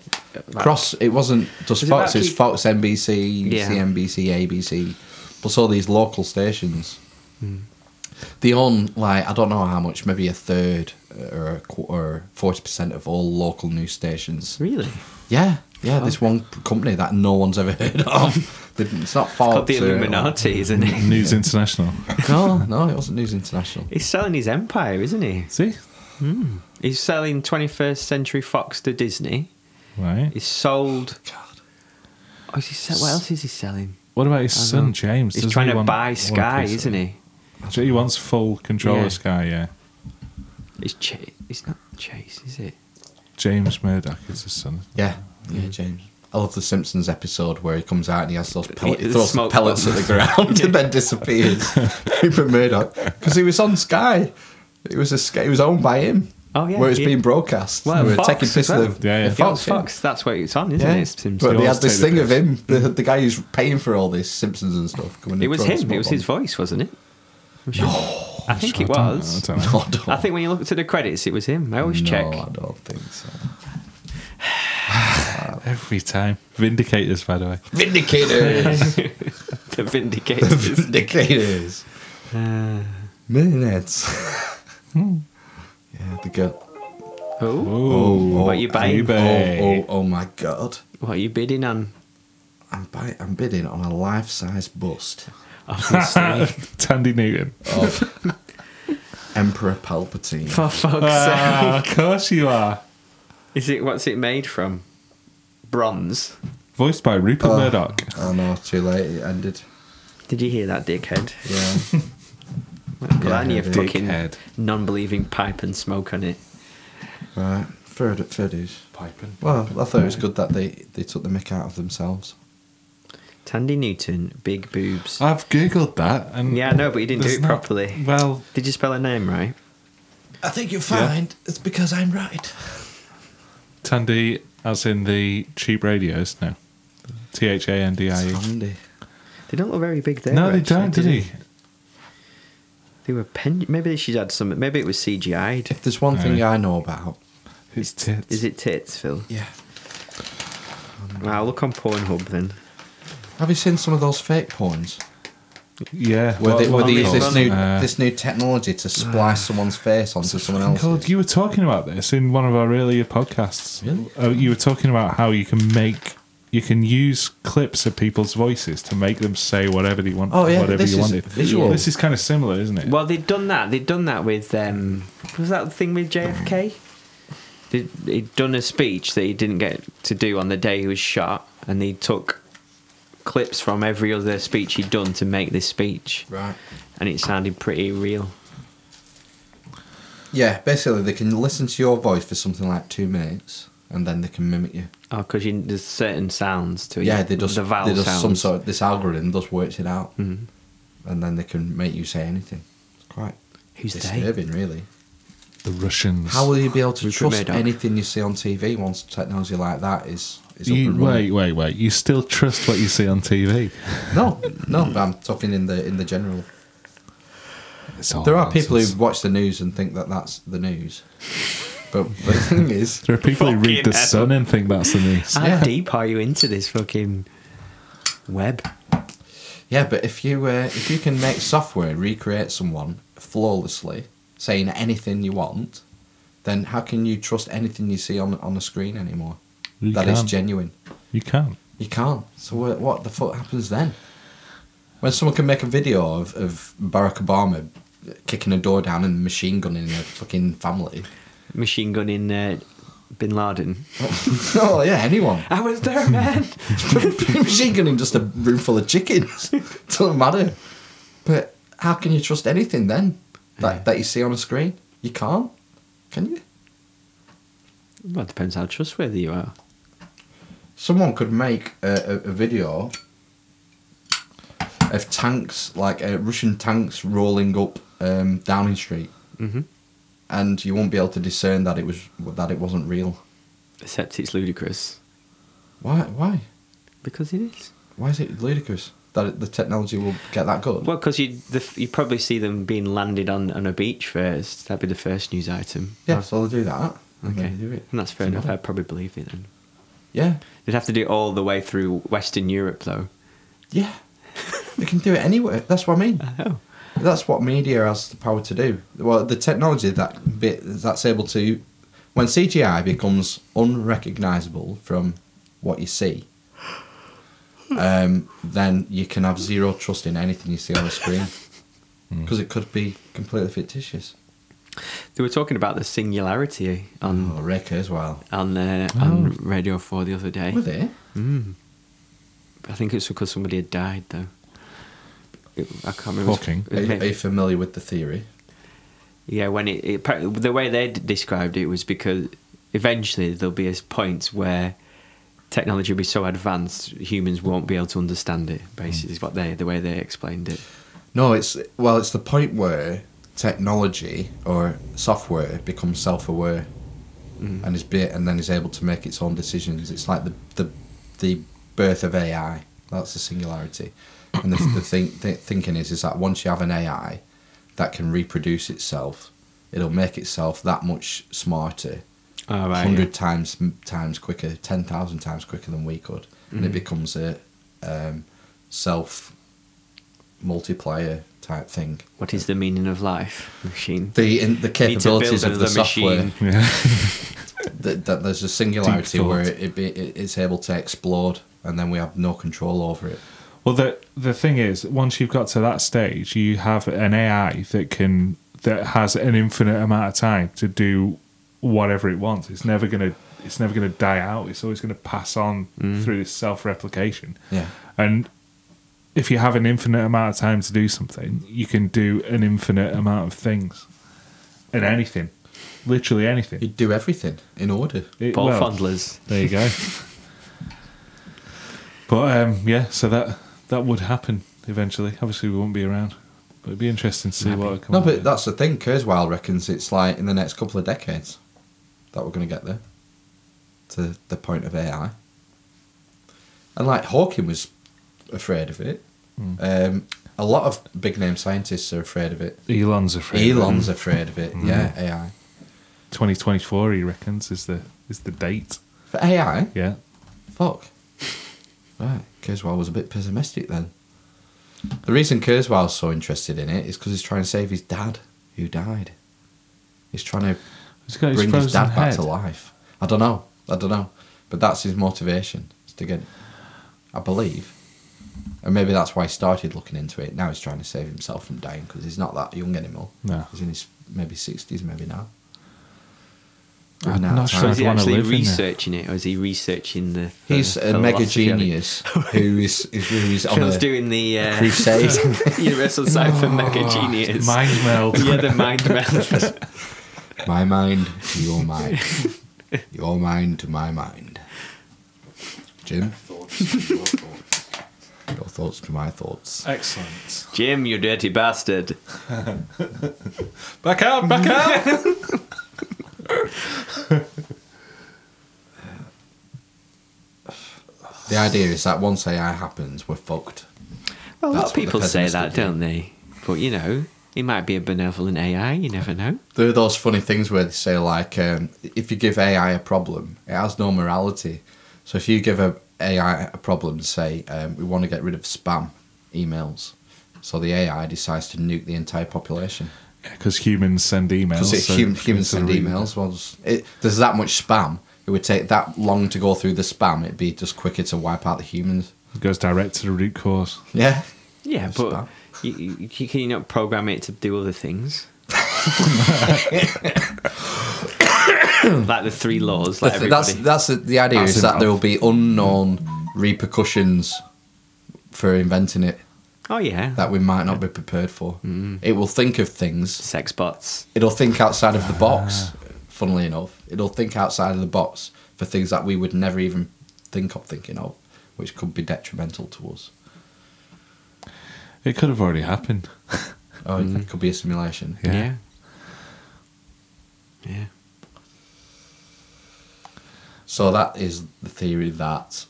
Speaker 1: Cross, it wasn't just
Speaker 3: Was it
Speaker 1: Fox.
Speaker 3: about
Speaker 1: It was
Speaker 3: keep-
Speaker 1: Fox, NBC,
Speaker 3: Yeah.
Speaker 1: CNBC, ABC, plus all these local stations.
Speaker 3: Hmm.
Speaker 1: They own like I don't know how much, maybe a third or a quarter, forty percent of all local news stations.
Speaker 3: Really?
Speaker 1: Yeah, yeah. This one company that no one's ever heard of. It's not Fox.
Speaker 3: Called the
Speaker 1: or-
Speaker 3: Illuminati, isn't it?
Speaker 2: News International.
Speaker 1: no, no, it wasn't News International.
Speaker 3: He's selling his empire, isn't he?
Speaker 2: See,
Speaker 3: He's selling 21st Century Fox to Disney.
Speaker 2: right.
Speaker 3: He's sold. Oh, is he sell- what else is he selling?
Speaker 2: What about his
Speaker 3: I don't
Speaker 2: son
Speaker 3: know.
Speaker 2: James?
Speaker 3: He's
Speaker 2: Doesn't
Speaker 3: trying
Speaker 2: he
Speaker 3: to
Speaker 2: want-
Speaker 3: buy
Speaker 2: want a
Speaker 3: Sky,
Speaker 2: piece of
Speaker 3: isn't
Speaker 2: it?
Speaker 3: he?
Speaker 2: So he wants full control
Speaker 3: Yeah.
Speaker 2: of Sky. Yeah.
Speaker 3: It's Ch- it's not Chase, is it?
Speaker 2: James Murdoch is his son.
Speaker 1: Yeah, Mm. yeah, James. I love the Simpsons episode where he comes out and he has those pellets,
Speaker 3: the
Speaker 1: he throws the
Speaker 3: smoke
Speaker 1: pellets at the ground and then disappears. Rupert Murdoch, because he was on Sky. It was a Sky, it was owned by him.
Speaker 3: Oh, yeah,
Speaker 1: where it's
Speaker 3: he-
Speaker 1: being broadcast.
Speaker 3: Well,
Speaker 1: we were
Speaker 3: Fox
Speaker 1: taking
Speaker 3: as
Speaker 1: piss
Speaker 3: well.
Speaker 1: of
Speaker 2: Yeah, yeah.
Speaker 1: of
Speaker 3: The old
Speaker 1: Fox. yeah.
Speaker 3: Fox, that's where it's on, isn't
Speaker 1: Yeah.
Speaker 3: it? It's him.
Speaker 1: but
Speaker 2: They
Speaker 1: they
Speaker 2: always
Speaker 1: had this
Speaker 2: take
Speaker 1: thing
Speaker 2: the
Speaker 1: of him, the, the guy who's paying for all this Simpsons and stuff. Coming
Speaker 3: it was him. It was his voice, wasn't it? I'm sure. I think it was.
Speaker 2: I don't know.
Speaker 1: I, don't,
Speaker 3: I think when you look to the credits, it was him. I always
Speaker 1: no,
Speaker 3: check.
Speaker 1: I don't think so.
Speaker 2: Every time. Vindicators, by the way.
Speaker 1: Vindicators,
Speaker 3: the
Speaker 1: the
Speaker 3: Vindicator.
Speaker 1: Vindicators,
Speaker 3: uh,
Speaker 1: Millionaires. yeah, the girl.
Speaker 3: oh,
Speaker 2: Oh,
Speaker 3: what you buying?
Speaker 2: eBay.
Speaker 1: Oh, oh, oh my god.
Speaker 3: what are you bidding on?
Speaker 1: I'm, buy- I'm bidding on a life size bust
Speaker 3: Obviously.
Speaker 2: Tandy Newton.
Speaker 1: of Emperor Palpatine.
Speaker 3: For fuck's sake.
Speaker 2: Ah, of course you are.
Speaker 3: Is it what's it made from? Bronze.
Speaker 2: Voiced by Rupert
Speaker 1: Oh.
Speaker 2: Murdoch.
Speaker 1: Oh no, too late. It ended.
Speaker 3: Did you hear that, dickhead?
Speaker 1: Yeah.
Speaker 3: Put
Speaker 1: Yeah,
Speaker 3: on your
Speaker 1: dickhead.
Speaker 3: fucking non-believing pipe and smoke on it.
Speaker 1: right. Fair, d- fair dues.
Speaker 2: Piping.
Speaker 1: Well, I thought it was good that they, they took the mick out of themselves.
Speaker 3: Tandy Newton, big boobs.
Speaker 2: I've googled that and
Speaker 3: Yeah, I know, but you didn't
Speaker 2: Um,
Speaker 3: do
Speaker 2: there's
Speaker 3: it
Speaker 2: not-
Speaker 3: properly.
Speaker 2: Well,
Speaker 3: Did you spell her name right?
Speaker 1: I think you'll
Speaker 2: find
Speaker 1: it's because I'm right.
Speaker 2: Tandy, as in the cheap radios. No, T H A N D I E.
Speaker 1: Tandy.
Speaker 3: They don't look very big there.
Speaker 2: No, they
Speaker 3: actually,
Speaker 2: don't. Did
Speaker 3: they?
Speaker 2: he?
Speaker 3: They were pen. Maybe she had some. Maybe it was CGI'd.
Speaker 1: If there's one thing
Speaker 2: Alright.
Speaker 1: I know about,
Speaker 2: His tits.
Speaker 3: Is it tits, Phil?
Speaker 1: yeah.
Speaker 3: I'll look on Pornhub then.
Speaker 1: Have you seen some of those fake porns?
Speaker 2: Yeah.
Speaker 1: Where they, where
Speaker 2: what- what
Speaker 1: they
Speaker 2: are
Speaker 1: use
Speaker 2: they
Speaker 1: this
Speaker 2: called?
Speaker 1: new
Speaker 2: Uh,
Speaker 1: this new technology to splice someone's face onto someone
Speaker 2: fucking called-
Speaker 1: else's.
Speaker 2: Oh, You were talking about this in one of our earlier podcasts.
Speaker 1: Really?
Speaker 2: Oh, you were talking about how you can make, you can use clips of people's voices to make them say whatever they want.
Speaker 1: Oh, yeah,
Speaker 2: whatever
Speaker 1: this
Speaker 2: you
Speaker 1: is
Speaker 2: wanted.
Speaker 1: visual.
Speaker 2: This is kind of similar, isn't it?
Speaker 3: Well, they'd done that. They'd done that with um, was that the thing with JFK? They'd, he'd done a speech that he didn't get to do on the day he was shot, and they took clips from every other speech he'd done to make this speech,
Speaker 1: Right.
Speaker 3: and it sounded pretty real.
Speaker 1: Yeah, basically they can listen to your voice for something like two minutes, and then they can mimic you.
Speaker 3: Oh, because there's certain sounds to it.
Speaker 1: Yeah, they just
Speaker 3: the vowel
Speaker 1: they just
Speaker 3: sounds. Mm-hmm.
Speaker 1: some sort. Of, this algorithm just works it out, and then they can make you say anything. It's quite
Speaker 3: Who's they?
Speaker 1: disturbing, really.
Speaker 2: the Russians.
Speaker 1: How will you be able to
Speaker 3: Rupert
Speaker 1: trust
Speaker 3: Murdoch.
Speaker 1: anything you see on TV once technology like that is is up
Speaker 2: you,
Speaker 1: and running?
Speaker 2: wait, wait, wait. You still trust what you see on TV?
Speaker 1: No, no. but I'm talking in the in the general.
Speaker 2: It's all
Speaker 1: There are people
Speaker 2: nonsense.
Speaker 1: who watch the news and think that that's the news, but the thing is,
Speaker 2: There are people who read
Speaker 3: Fucking
Speaker 2: the Sun and think that's the news.
Speaker 3: How
Speaker 1: Yeah.
Speaker 3: deep are you into this fucking web?
Speaker 1: Yeah, but if you uh, if you can make software recreate someone flawlessly, saying anything you want, then how can you trust anything you see on on the screen anymore? That
Speaker 2: You
Speaker 1: is
Speaker 2: can't.
Speaker 1: genuine.
Speaker 2: You can't.
Speaker 1: You can't. So what, what the fuck happens then? When someone can make a video of, of Barack Obama kicking a door down and machine gunning a fucking family.
Speaker 3: Machine gun in uh, Bin Laden.
Speaker 1: oh yeah, anyone.
Speaker 3: I was there, man.
Speaker 1: machine gunning just a room full of chickens. Doesn't matter. But how can you trust anything then that, that you see on a screen? You can't, can you?
Speaker 3: Well, it depends how trustworthy you are.
Speaker 1: Someone could make a, a, a video of tanks, like uh, Russian tanks, rolling up um, Downing Street,
Speaker 3: Mm-hmm.
Speaker 1: and you won't be able to discern that it was that it wasn't real.
Speaker 3: Except it's ludicrous
Speaker 1: Why? Why?
Speaker 3: because it is.
Speaker 1: Why is it ludicrous that it, the technology will get that good?
Speaker 3: Well, because you the, you probably see them being landed on, on a beach first. That'd be the first news item.
Speaker 1: yeah, so they'll do that. and
Speaker 3: Okay,
Speaker 1: then they do it.
Speaker 3: and that's fair enough. I'd probably believe it then.
Speaker 1: Yeah,
Speaker 3: They'd have to do it all the way through Western Europe, though.
Speaker 1: yeah. they can do it anywhere. That's what I mean.
Speaker 3: Oh,
Speaker 1: That's what media has the power to do. Well, the technology that bit that's able to, when CGI becomes unrecognizable from what you see, um, then you can have zero trust in anything you see on the screen because it could be completely fictitious.
Speaker 3: they were talking about the singularity on
Speaker 1: Oh, Rick as well.
Speaker 3: on uh, on Radio Four the other day.
Speaker 1: Were they?
Speaker 3: I think it's because somebody had died though. It- I can't remember.
Speaker 2: Hawking?
Speaker 1: Are
Speaker 3: It
Speaker 1: you,
Speaker 3: may-
Speaker 1: are you familiar with the theory?
Speaker 3: Yeah, when it, it apparently- the way they d- described it was because eventually there'll be a point where technology will be so advanced humans won't be able to understand it. Basically, is what they the way they explained it.
Speaker 1: No, it's well, it's the point where technology or software becomes self-aware and is be, and then is able to make its own decisions. It's like the the, the birth of AI. That's the singularity. And the, the thing the thinking is is that once you have an AI that can reproduce itself, it'll make itself that much smarter,
Speaker 3: All right.
Speaker 1: hundred times times quicker, ten thousand times quicker than we could, and
Speaker 3: Mm.
Speaker 1: it becomes a um, self multiplier type thing
Speaker 3: What is the meaning of life, machine?
Speaker 1: the in, the
Speaker 3: Need to build
Speaker 1: capabilities of the
Speaker 3: another
Speaker 1: software
Speaker 3: machine.
Speaker 2: Yeah.
Speaker 1: that, that there's a singularity
Speaker 2: thought.
Speaker 1: where it, be, it it's able to explode and then we have no control over it
Speaker 2: Well, the the thing is, once you've got to that stage, you have an AI that can that has an infinite amount of time to do whatever it wants. It's never gonna it's never gonna die out. It's always gonna pass on through this self replication.
Speaker 1: Yeah.
Speaker 2: and if you have an infinite amount of time to do something, you can do an infinite amount of things and anything, literally
Speaker 1: you
Speaker 2: anything.
Speaker 1: do everything in order
Speaker 2: It-
Speaker 3: Ball
Speaker 2: well,
Speaker 3: fondlers.
Speaker 2: there you go. but um, yeah, so that that would happen eventually. Obviously, we won't be around, but it'd be interesting to see what. it comes
Speaker 1: no
Speaker 2: up
Speaker 1: but
Speaker 2: with.
Speaker 1: that's the thing kurzweil reckons it's like in the next couple of decades that we're going to get there to the point of ai and like hawking was afraid of it um, a lot of big name scientists are afraid of it Hmm.
Speaker 2: Elon's afraid.
Speaker 1: elon's afraid of it yeah ai
Speaker 2: twenty twenty four. He reckons is the is the date.
Speaker 1: for ai
Speaker 2: Yeah,
Speaker 1: Fuck. Right, Kurzweil was a bit pessimistic then. The reason Kurzweil's so interested in it is because he's trying to save his dad, who died. He's trying to
Speaker 2: he's got his
Speaker 1: bring his
Speaker 2: frozen
Speaker 1: dad back
Speaker 2: head.
Speaker 1: to life. I don't know. I don't know. But that's his motivation, is to get. I believe. And maybe that's why he started looking into it. Now he's trying to save himself from dying because he's not that young anymore.
Speaker 2: No.
Speaker 1: He's in his maybe 60s, maybe now.
Speaker 2: I'm
Speaker 1: Now
Speaker 2: not
Speaker 1: it's
Speaker 2: sure
Speaker 3: So
Speaker 1: time.
Speaker 3: is he
Speaker 2: wanna
Speaker 3: actually
Speaker 2: live in there.
Speaker 3: researching it, or is he researching the?
Speaker 1: He's
Speaker 3: the
Speaker 1: a mega
Speaker 3: philosophy of it?
Speaker 1: genius who is who is on
Speaker 3: Trill's
Speaker 1: a
Speaker 3: doing the uh,
Speaker 1: crusade.
Speaker 3: Universal Cipher
Speaker 1: Oh,
Speaker 3: Mega Genius.
Speaker 2: Mind meld.
Speaker 3: yeah, the mind meld.
Speaker 1: my mind, to your mind, your mind to my mind. Jim, your thoughts to my thoughts.
Speaker 2: Excellent.
Speaker 3: Jim, you dirty bastard.
Speaker 2: Back out. Back out.
Speaker 1: The idea is that once AI happens, we're fucked.
Speaker 3: Well, a lot
Speaker 1: That's what
Speaker 3: of
Speaker 1: the
Speaker 3: people say
Speaker 1: pessimists
Speaker 3: that,
Speaker 1: do.
Speaker 3: don't they? But you know, it might be a benevolent AI. You never know.
Speaker 1: There are those funny things where they say like, um, if you give AI a problem, it has no morality. So if you give a AI a problem, say um, we want to get rid of spam emails, so the AI decides to nuke the entire population.
Speaker 2: Because humans send emails.
Speaker 1: Because
Speaker 2: so
Speaker 1: hum- humans
Speaker 2: it's a
Speaker 1: send
Speaker 2: re-
Speaker 1: emails. Well, it's- it, there's that much spam. It would take that long to go through the spam. It'd be just quicker to wipe out the humans.
Speaker 2: It goes direct to the root cause.
Speaker 1: Yeah.
Speaker 3: Yeah,
Speaker 1: It's
Speaker 3: but
Speaker 1: bad.
Speaker 3: you, you, you can you not program it to do other things? like the three laws, like
Speaker 1: That's- that's
Speaker 3: everybody.
Speaker 1: that's the, the idea
Speaker 2: That's
Speaker 1: is that
Speaker 2: enough.
Speaker 1: there will be unknown repercussions for inventing it
Speaker 3: oh yeah,
Speaker 1: that we might not be prepared for.
Speaker 2: Mm.
Speaker 1: It will think of things.
Speaker 3: sex bots.
Speaker 1: It'll think outside of the
Speaker 2: Ah.
Speaker 1: box. Funnily enough, it'll think outside of the box for things that we would never even think I'm thinking of, which could be detrimental to us.
Speaker 2: It could have already happened.
Speaker 1: Oh, it could be a simulation.
Speaker 2: Mm. Yeah.
Speaker 3: Yeah. Yeah.
Speaker 1: So that is the theory that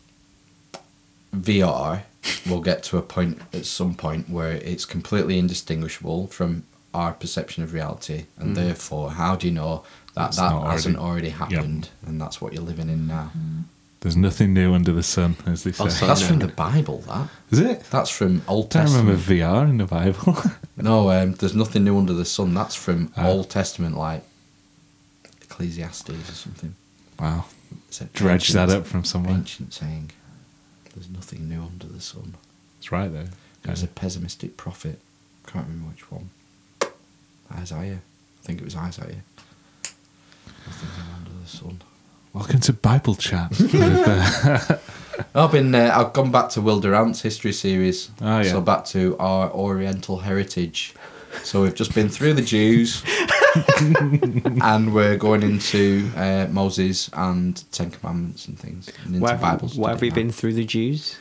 Speaker 1: VR will get to a point at some point where it's completely indistinguishable from our perception of reality, and therefore, how do you know that
Speaker 2: Hmm. It's
Speaker 1: that
Speaker 2: not
Speaker 1: hasn't already happened, and that's what you're living in now?
Speaker 2: Hmm. There's nothing new under the sun, as they say.
Speaker 3: Also-
Speaker 1: That's
Speaker 3: no.
Speaker 1: from the Bible. That
Speaker 2: Is it?
Speaker 1: that's from Old
Speaker 2: I don't
Speaker 1: Testament.
Speaker 2: remember VR in the Bible.
Speaker 1: No, um, there's nothing new under the sun. That's from
Speaker 2: Oh.
Speaker 1: Old Testament, like Ecclesiastes or something.
Speaker 2: wow.
Speaker 1: It's an
Speaker 2: Dredge that
Speaker 1: ancient-
Speaker 2: up from somewhere.
Speaker 1: Ancient saying. There's nothing new under the sun.
Speaker 2: It's right there.
Speaker 1: It was a pessimistic prophet. Can't remember which one. Isaiah. I think it was Isaiah. Nothing new under the sun.
Speaker 2: Welcome to Bible chat. with, uh,
Speaker 1: I've been. Uh, I've gone back to Will Durant's history series.
Speaker 2: Ah, yeah.
Speaker 1: So back to our Oriental heritage. So we've just been through the Jews, and we're going into uh, Moses and Ten Commandments and things, and into
Speaker 3: Why
Speaker 1: Bible
Speaker 3: have,
Speaker 1: study
Speaker 3: why have we
Speaker 1: now.
Speaker 3: been through the Jews?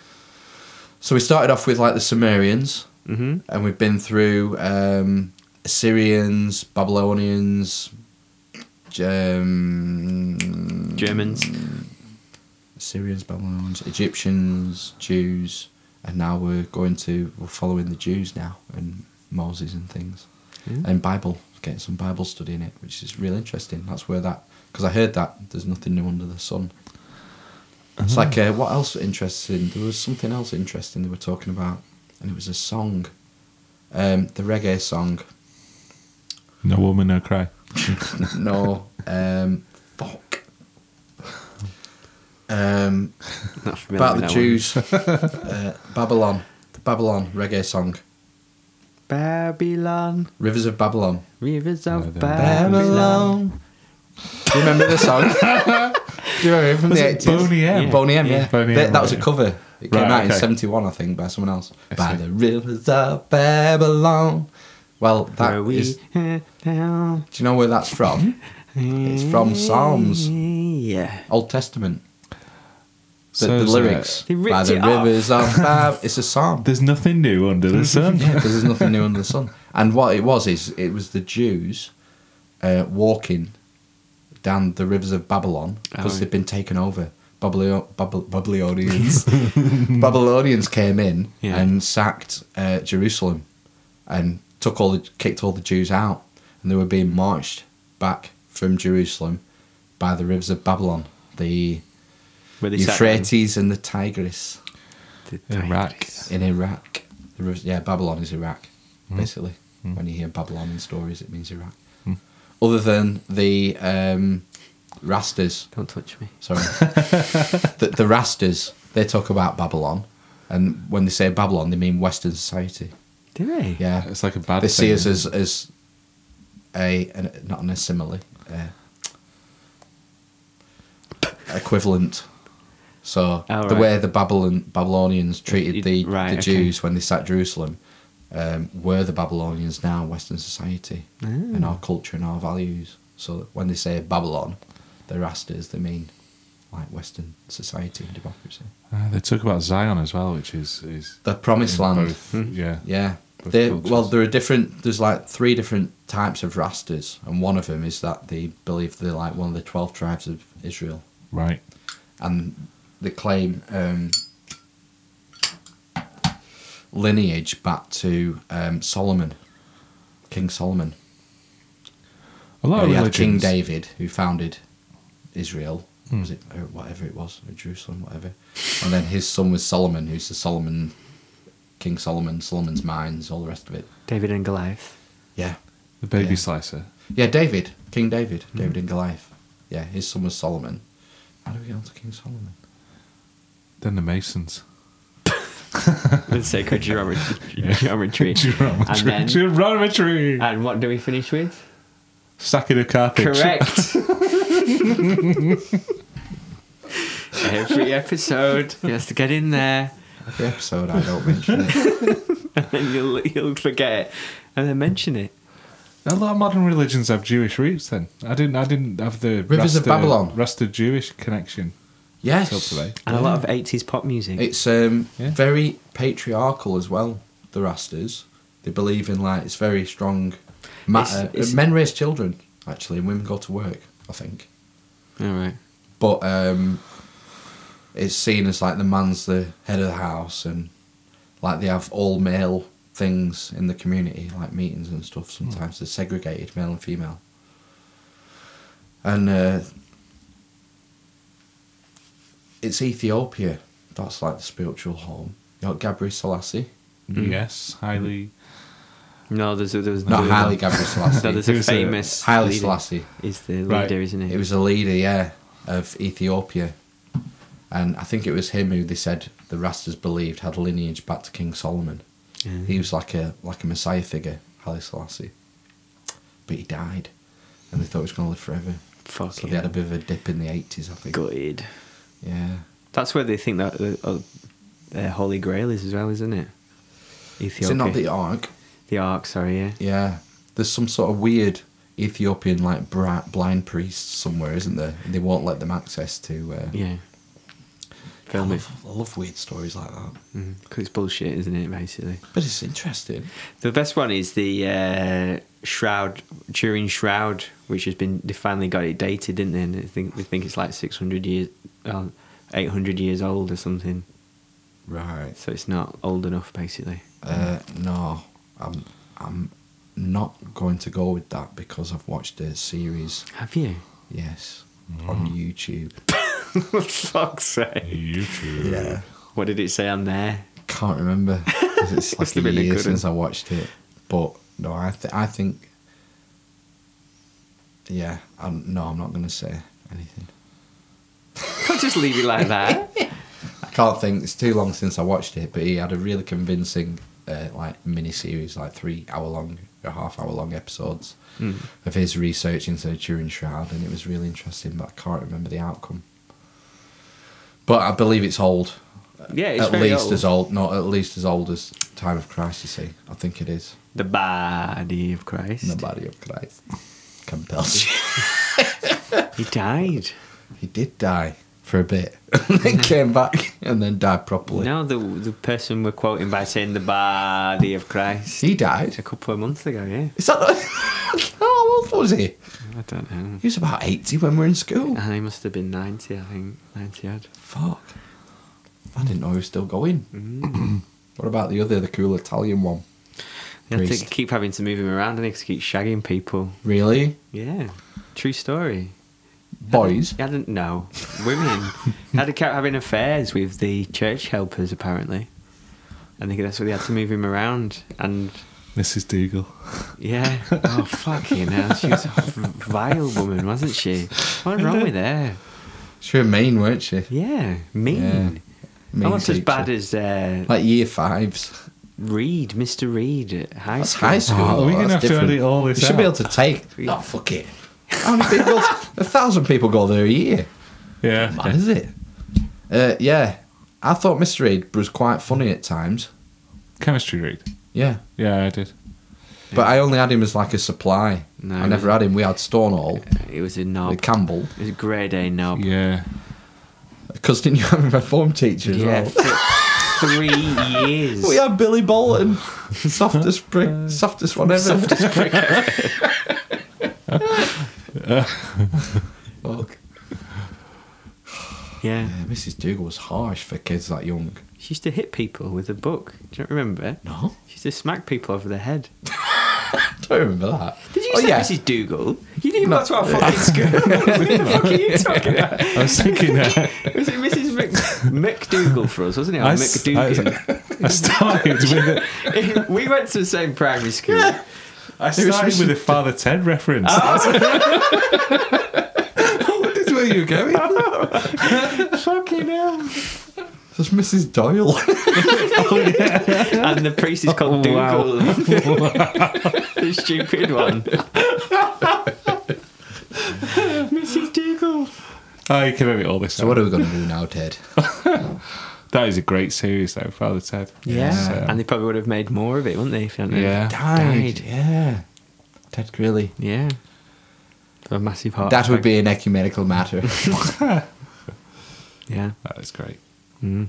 Speaker 1: So we started off with like the Sumerians,
Speaker 3: Mm-hmm.
Speaker 1: and we've been through um, Assyrians, Babylonians, um,
Speaker 3: Germans.
Speaker 1: Syrians, Babylonians, Egyptians, Jews, and now we're going to we're following the Jews now and Moses and things and Bible, getting some Bible study in it, which is really interesting. That's where that because I heard that there's nothing new under the sun. It's like uh, what else interesting? There was something else interesting they were talking about, and it was a song, um, the reggae song.
Speaker 2: no woman, no cry.
Speaker 1: no, um, fuck. Um,
Speaker 3: Not familiar
Speaker 1: about the
Speaker 3: with that one.
Speaker 1: Jews. uh, Babylon. The Babylon reggae song.
Speaker 3: Babylon,
Speaker 1: Rivers of Babylon.
Speaker 3: rivers
Speaker 2: No,
Speaker 3: of
Speaker 2: they're-
Speaker 3: Babylon.
Speaker 1: Do you remember the song? Do you remember it from
Speaker 2: Was
Speaker 1: the
Speaker 2: it
Speaker 1: 80s?
Speaker 2: Boney M?
Speaker 1: Yeah. Boney M,
Speaker 3: Yeah.
Speaker 1: yeah.
Speaker 2: Boney
Speaker 1: that,
Speaker 2: M,
Speaker 1: that was a
Speaker 2: right.
Speaker 1: cover. It came
Speaker 2: Right,
Speaker 1: out in
Speaker 2: okay.
Speaker 1: 71, I think, by someone else.
Speaker 2: I
Speaker 1: By
Speaker 2: see.
Speaker 1: the rivers of Babylon. Well, that
Speaker 3: Where we
Speaker 1: is- Do
Speaker 3: down.
Speaker 1: you know where that's from? it's from Psalms,
Speaker 3: Yeah.
Speaker 1: Old Testament. The,
Speaker 2: So
Speaker 1: the
Speaker 2: sad.
Speaker 1: lyrics.
Speaker 3: They
Speaker 1: by
Speaker 3: ripped
Speaker 1: the
Speaker 3: it off.
Speaker 1: rivers of Babylon. It's a psalm.
Speaker 2: There's nothing new under the sun.
Speaker 1: Yeah, because there's nothing new under the sun. And what it was is it was the Jews uh, walking down the rivers of Babylon because
Speaker 3: Oh.
Speaker 1: they'd been taken over. Babylon, Babylon, Babylonians, Babylonians came in
Speaker 3: Yeah.
Speaker 1: and sacked uh, Jerusalem and took all the kicked all the Jews out, and they were being marched back from Jerusalem by the rivers of Babylon, the
Speaker 3: Where they sat down.
Speaker 1: Euphrates and the Tigris
Speaker 3: The
Speaker 2: Iraq.
Speaker 3: Tigris.
Speaker 1: in Iraq. The Rus- yeah, Babylon is Iraq, basically. When you hear Babylon in stories, it means Iraq. Other than the um, Rastas,
Speaker 3: Don't touch me.
Speaker 1: sorry, the, the Rastas, they talk about Babylon, and when they say Babylon, they mean Western society.
Speaker 3: Do they?
Speaker 1: Yeah,
Speaker 2: It's like a bad
Speaker 1: they see
Speaker 2: thing.
Speaker 1: us as as a an, not an assimile uh, equivalent. So
Speaker 3: Oh,
Speaker 1: the
Speaker 3: right.
Speaker 1: way the Babylon Babylonians treated the,
Speaker 3: You- right,
Speaker 1: the
Speaker 3: okay.
Speaker 1: Jews when they sacked Jerusalem um, were the Babylonians now in Western society
Speaker 3: Ah.
Speaker 1: and our culture and our values. So when they say Babylon, they're Rastas. They mean like Western society and democracy.
Speaker 2: Uh, they talk about Zion as well, which is is
Speaker 1: The Promised
Speaker 2: in
Speaker 1: Land.
Speaker 2: both- Yeah.
Speaker 1: Hmm. Yeah.
Speaker 2: Both
Speaker 1: They,
Speaker 2: cultures.
Speaker 1: well, there are different. There's like three different types of Rastas, and one of them is that they believe they're like one of the twelve tribes of Israel,
Speaker 2: Right.
Speaker 1: and they claim um, lineage back to um, Solomon, King Solomon.
Speaker 2: A lot of
Speaker 1: You had
Speaker 2: religions.
Speaker 1: King David, who founded Israel, was it or whatever it was, or Jerusalem, whatever, and then his son was Solomon, who's the Solomon, King Solomon, Solomon's mines, all the rest of it.
Speaker 3: David and Goliath.
Speaker 1: Yeah.
Speaker 2: The baby
Speaker 1: Yeah.
Speaker 2: slicer.
Speaker 1: Yeah, David, King David, David in Goliath. Yeah, his son was Solomon. Hmm. How do we get on to King Solomon?
Speaker 2: Then the Masons.
Speaker 3: With sacred geometry. geometry.
Speaker 2: Geometry.
Speaker 3: And then-
Speaker 2: Geometry.
Speaker 3: And what do we finish with?
Speaker 2: Stacking of carpet.
Speaker 3: Correct. Every episode, he has to get in there,
Speaker 1: Every episode I don't mention it.
Speaker 3: and then you'll you'll forget, it, and then mention it.
Speaker 2: A lot of modern religions have Jewish roots. Then I didn't. I didn't have the
Speaker 1: Rivers of
Speaker 2: Rasta-
Speaker 1: Babylon.
Speaker 2: Rasta Jewish connection.
Speaker 1: Yes.
Speaker 2: till today.
Speaker 3: and a lot of 80s pop music.
Speaker 1: It's um,
Speaker 2: Yeah.
Speaker 1: very patriarchal as well. The Rastas, they believe in like it's very strong. Ma-
Speaker 3: It's-
Speaker 1: uh,
Speaker 3: it's-
Speaker 1: men raise children actually, and women go to work. I think,
Speaker 3: All right.
Speaker 1: but um, it's seen as like the man's the head of the house, and like they have all male things in the community, like meetings and stuff. Sometimes they're segregated, male and female, and uh, it's Ethiopia. That's like the spiritual home. You know, Gabriel Selassie.
Speaker 2: Yes, highly.
Speaker 3: No, there's a, there was
Speaker 1: Not
Speaker 3: there was
Speaker 1: highly
Speaker 3: a-
Speaker 1: Gabriel Selassie.
Speaker 3: No, there's a
Speaker 2: Who's the-
Speaker 3: famous
Speaker 1: highly
Speaker 3: leader-
Speaker 1: Selassie.
Speaker 3: Is the leader,
Speaker 2: Right.
Speaker 3: isn't he?
Speaker 1: It was a leader, yeah, of Ethiopia. And I think it was him who they said the Rastas believed had lineage back to King Solomon.
Speaker 3: Yeah.
Speaker 1: He was like a like a messiah figure, Haile Selassie. But he died. And they thought he was going to live forever.
Speaker 3: Fuck
Speaker 1: So they had a bit of a dip in the 80s, I think.
Speaker 3: Gutted.
Speaker 1: Yeah.
Speaker 3: That's where they think that the uh, uh, Holy Grail is as well, isn't it? Ethiopia.
Speaker 1: Is it not the Ark?
Speaker 3: the Ark? Sorry, yeah.
Speaker 1: Yeah. There's some sort of weird Ethiopian, like, bri- blind priest somewhere, isn't there? And they won't let them access to. Uh,
Speaker 3: Yeah.
Speaker 1: I
Speaker 3: Film it.
Speaker 1: love, I love weird stories like that.
Speaker 3: Because Mm-hmm. it's bullshit, isn't it, basically?
Speaker 1: But it's interesting.
Speaker 3: The best one is the uh, Shroud, Turin Shroud, which has been, they finally got it dated, didn't they? And they think, they think it's like 600 years, uh, 800 years old or something.
Speaker 1: Right.
Speaker 3: So it's not old enough, basically.
Speaker 1: Uh, no, I'm I'm not going to go with that because I've watched a series.
Speaker 3: Have you?
Speaker 1: Yes, on
Speaker 3: Mm.
Speaker 1: YouTube.
Speaker 3: Fuck's sake.
Speaker 2: YouTube.
Speaker 3: What did it say on there?
Speaker 1: can't remember. 'cause It's like
Speaker 3: Must
Speaker 1: a
Speaker 3: have been a
Speaker 1: year
Speaker 3: good
Speaker 1: since I watched it. But no, I th- I think. Yeah, I'm, no, I'm not going to say anything.
Speaker 3: Can't just leave it like that.
Speaker 1: I can't think. It's too long since I watched it, but he had a really convincing, uh, like mini series, like three hour long or half hour long episodes
Speaker 3: Hmm.
Speaker 1: of his research into the Turin Shroud, and it was really interesting. But I can't remember the outcome. But I believe it's old.
Speaker 3: Yeah, it's
Speaker 1: at
Speaker 3: very
Speaker 1: least
Speaker 3: old.
Speaker 1: as old, not at least as old as Time of Christ. You see, I think it is.
Speaker 3: The body of Christ.
Speaker 1: The body of Christ compels you.
Speaker 3: He died.
Speaker 1: he did die for a bit, and then came back, and then died properly.
Speaker 3: No, the the person we're quoting by saying the body of Christ
Speaker 1: He
Speaker 3: a
Speaker 1: died.
Speaker 3: couple of months ago. Yeah,
Speaker 1: Is that? Not, how old was he?
Speaker 3: I don't know.
Speaker 1: He was about 80 when we were in school.
Speaker 3: I must have been ninety. I think ninety odd.
Speaker 1: Fuck. I didn't know he was still going. what about the other, the cool Italian one?
Speaker 3: You have to
Speaker 1: Priest.
Speaker 3: keep having to move him around, and he keep shagging people.
Speaker 1: Really?
Speaker 3: Yeah, true story.
Speaker 1: Boys?
Speaker 3: He hadn't no women. he had to keep having affairs with the church helpers apparently, and they- that's what they had to move him around. And
Speaker 2: Mrs. Deagle.
Speaker 3: yeah, oh fucking hell, she was a vile woman, wasn't she? What's wrong with her?
Speaker 1: She was mean, weren't she?
Speaker 3: Yeah, mean.
Speaker 1: Yeah, Mean
Speaker 3: Almost as
Speaker 1: teacher.
Speaker 3: bad as uh,
Speaker 1: Like year fives.
Speaker 3: Reed, Mr. Reed at high
Speaker 1: That's
Speaker 3: school.
Speaker 1: high school.
Speaker 2: Oh, are we gonna
Speaker 1: That's
Speaker 2: have to
Speaker 1: different.
Speaker 2: edit all this
Speaker 1: You should be able
Speaker 2: out?
Speaker 1: to take. Oh, fuck it. How many people? a thousand people go there a year.
Speaker 2: Yeah.
Speaker 1: Mad, is it? Uh, yeah. I thought Mr. Reed was quite funny at times.
Speaker 2: Chemistry read.
Speaker 1: Yeah.
Speaker 2: Yeah, I did.
Speaker 1: But I only had him as like a supply.
Speaker 3: No,
Speaker 1: I never had him. We had Stonehall,
Speaker 3: It was a
Speaker 1: the
Speaker 3: knob.
Speaker 1: Campbell.
Speaker 3: it was a grade A knob.
Speaker 2: Yeah.
Speaker 1: Because didn't you have him a form teacher as
Speaker 3: Yeah,
Speaker 1: well?
Speaker 3: for three years.
Speaker 1: We had Billy Bolton. softest prick, softest one ever. Softest prick Fuck.
Speaker 3: yeah.
Speaker 1: Yeah, Mrs. Dougal was harsh for kids that young.
Speaker 3: She used to hit people with a book. Do you not remember?
Speaker 1: No,
Speaker 3: She used to smack people over the head.
Speaker 1: I don't remember that.
Speaker 3: Did you
Speaker 1: oh,
Speaker 3: say
Speaker 1: yeah.
Speaker 3: Mrs. Dougal? You didn't
Speaker 1: No.
Speaker 3: go to our fucking school. what the fuck are you talking about?
Speaker 2: I was thinking uh, that.
Speaker 3: Was it Mrs. Mc, McDougal for us, wasn't it? Or
Speaker 2: I, s-
Speaker 3: McDougan.
Speaker 2: I- I started with a,
Speaker 3: we went to the same primary school.
Speaker 2: I
Speaker 1: was Ah.
Speaker 2: started with a Father Ted reference.
Speaker 1: What is where you going?
Speaker 3: Fucking hell.
Speaker 1: That's Mrs. Doyle.
Speaker 3: And the priest is called
Speaker 2: Oh, wow.
Speaker 3: Dougal. the stupid one. Mrs. Dougal.
Speaker 2: oh, you can edit all this.
Speaker 1: so
Speaker 2: out.
Speaker 1: what are we going to do now, Ted?
Speaker 2: that is a great series, though, Father Ted. uh,
Speaker 3: Yeah.
Speaker 2: So-
Speaker 3: And they probably would have made more of it, wouldn't they? If they hadn't
Speaker 2: um, Yeah.
Speaker 3: Died.
Speaker 1: Yeah. Ted Greeley.
Speaker 3: Yeah. A massive heart.
Speaker 1: That would
Speaker 3: attack.
Speaker 1: be an ecumenical matter.
Speaker 3: Yeah,
Speaker 2: That is great.
Speaker 3: mm.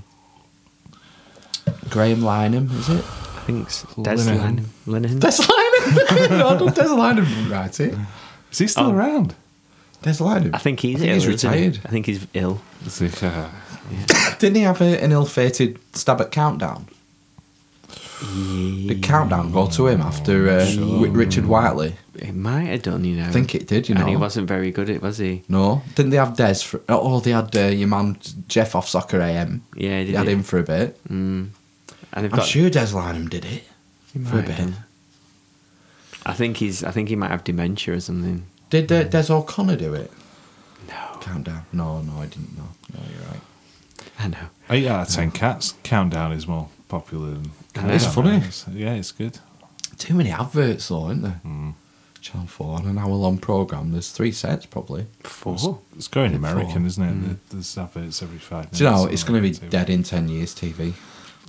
Speaker 1: Graham Lynham, is it?
Speaker 3: I think s- Des
Speaker 2: Linehan.
Speaker 3: Lin- Linehan.
Speaker 1: Des Lynham. no, Des Lynham didn't write it.
Speaker 2: Is he still
Speaker 3: Oh.
Speaker 2: around?
Speaker 1: Des Lynham.
Speaker 3: I think he's
Speaker 1: I think
Speaker 3: ill.
Speaker 1: he's
Speaker 3: isn't he?
Speaker 1: retired.
Speaker 3: I think he's ill.
Speaker 2: Is he- uh,
Speaker 1: Didn't he have a, an ill-fated stab at Countdown? Did Countdown go to him after uh, Wi- Richard Whiteley?
Speaker 3: It might have done, you know.
Speaker 1: I think it did, you know.
Speaker 3: And he wasn't very good at, was he?
Speaker 1: No, didn't they have Des? For, oh, they had uh, your man Jeff off Soccer AM.
Speaker 3: Yeah, he
Speaker 1: they
Speaker 3: did.
Speaker 1: had
Speaker 3: it.
Speaker 1: him for a bit.
Speaker 3: Mm. And they've
Speaker 1: I'm
Speaker 3: got.
Speaker 1: sure Des Lynham did it
Speaker 3: He
Speaker 1: for a
Speaker 3: might have
Speaker 1: bit.
Speaker 3: done. I think he's. I think he might have dementia or something.
Speaker 1: Did uh, Des O'Connor do it?
Speaker 3: No,
Speaker 1: Countdown. No, no, I didn't know. No, you're right.
Speaker 3: I know.
Speaker 2: Eight out of Oh, ten cats. Countdown is more popular than.
Speaker 3: Countdown
Speaker 2: It's funny.
Speaker 1: is.
Speaker 2: Yeah, it's good.
Speaker 1: Too many adverts, though, isn't there? Channel 4 on an hour long programme. There's three sets, probably.
Speaker 2: It's,
Speaker 3: Four.
Speaker 2: it's going American,
Speaker 1: Four.
Speaker 2: isn't it? There- There's adverts every five minutes.
Speaker 1: Mm. Do you know,
Speaker 2: on
Speaker 1: it's going to be
Speaker 2: TV.
Speaker 1: dead in 10 years, TV.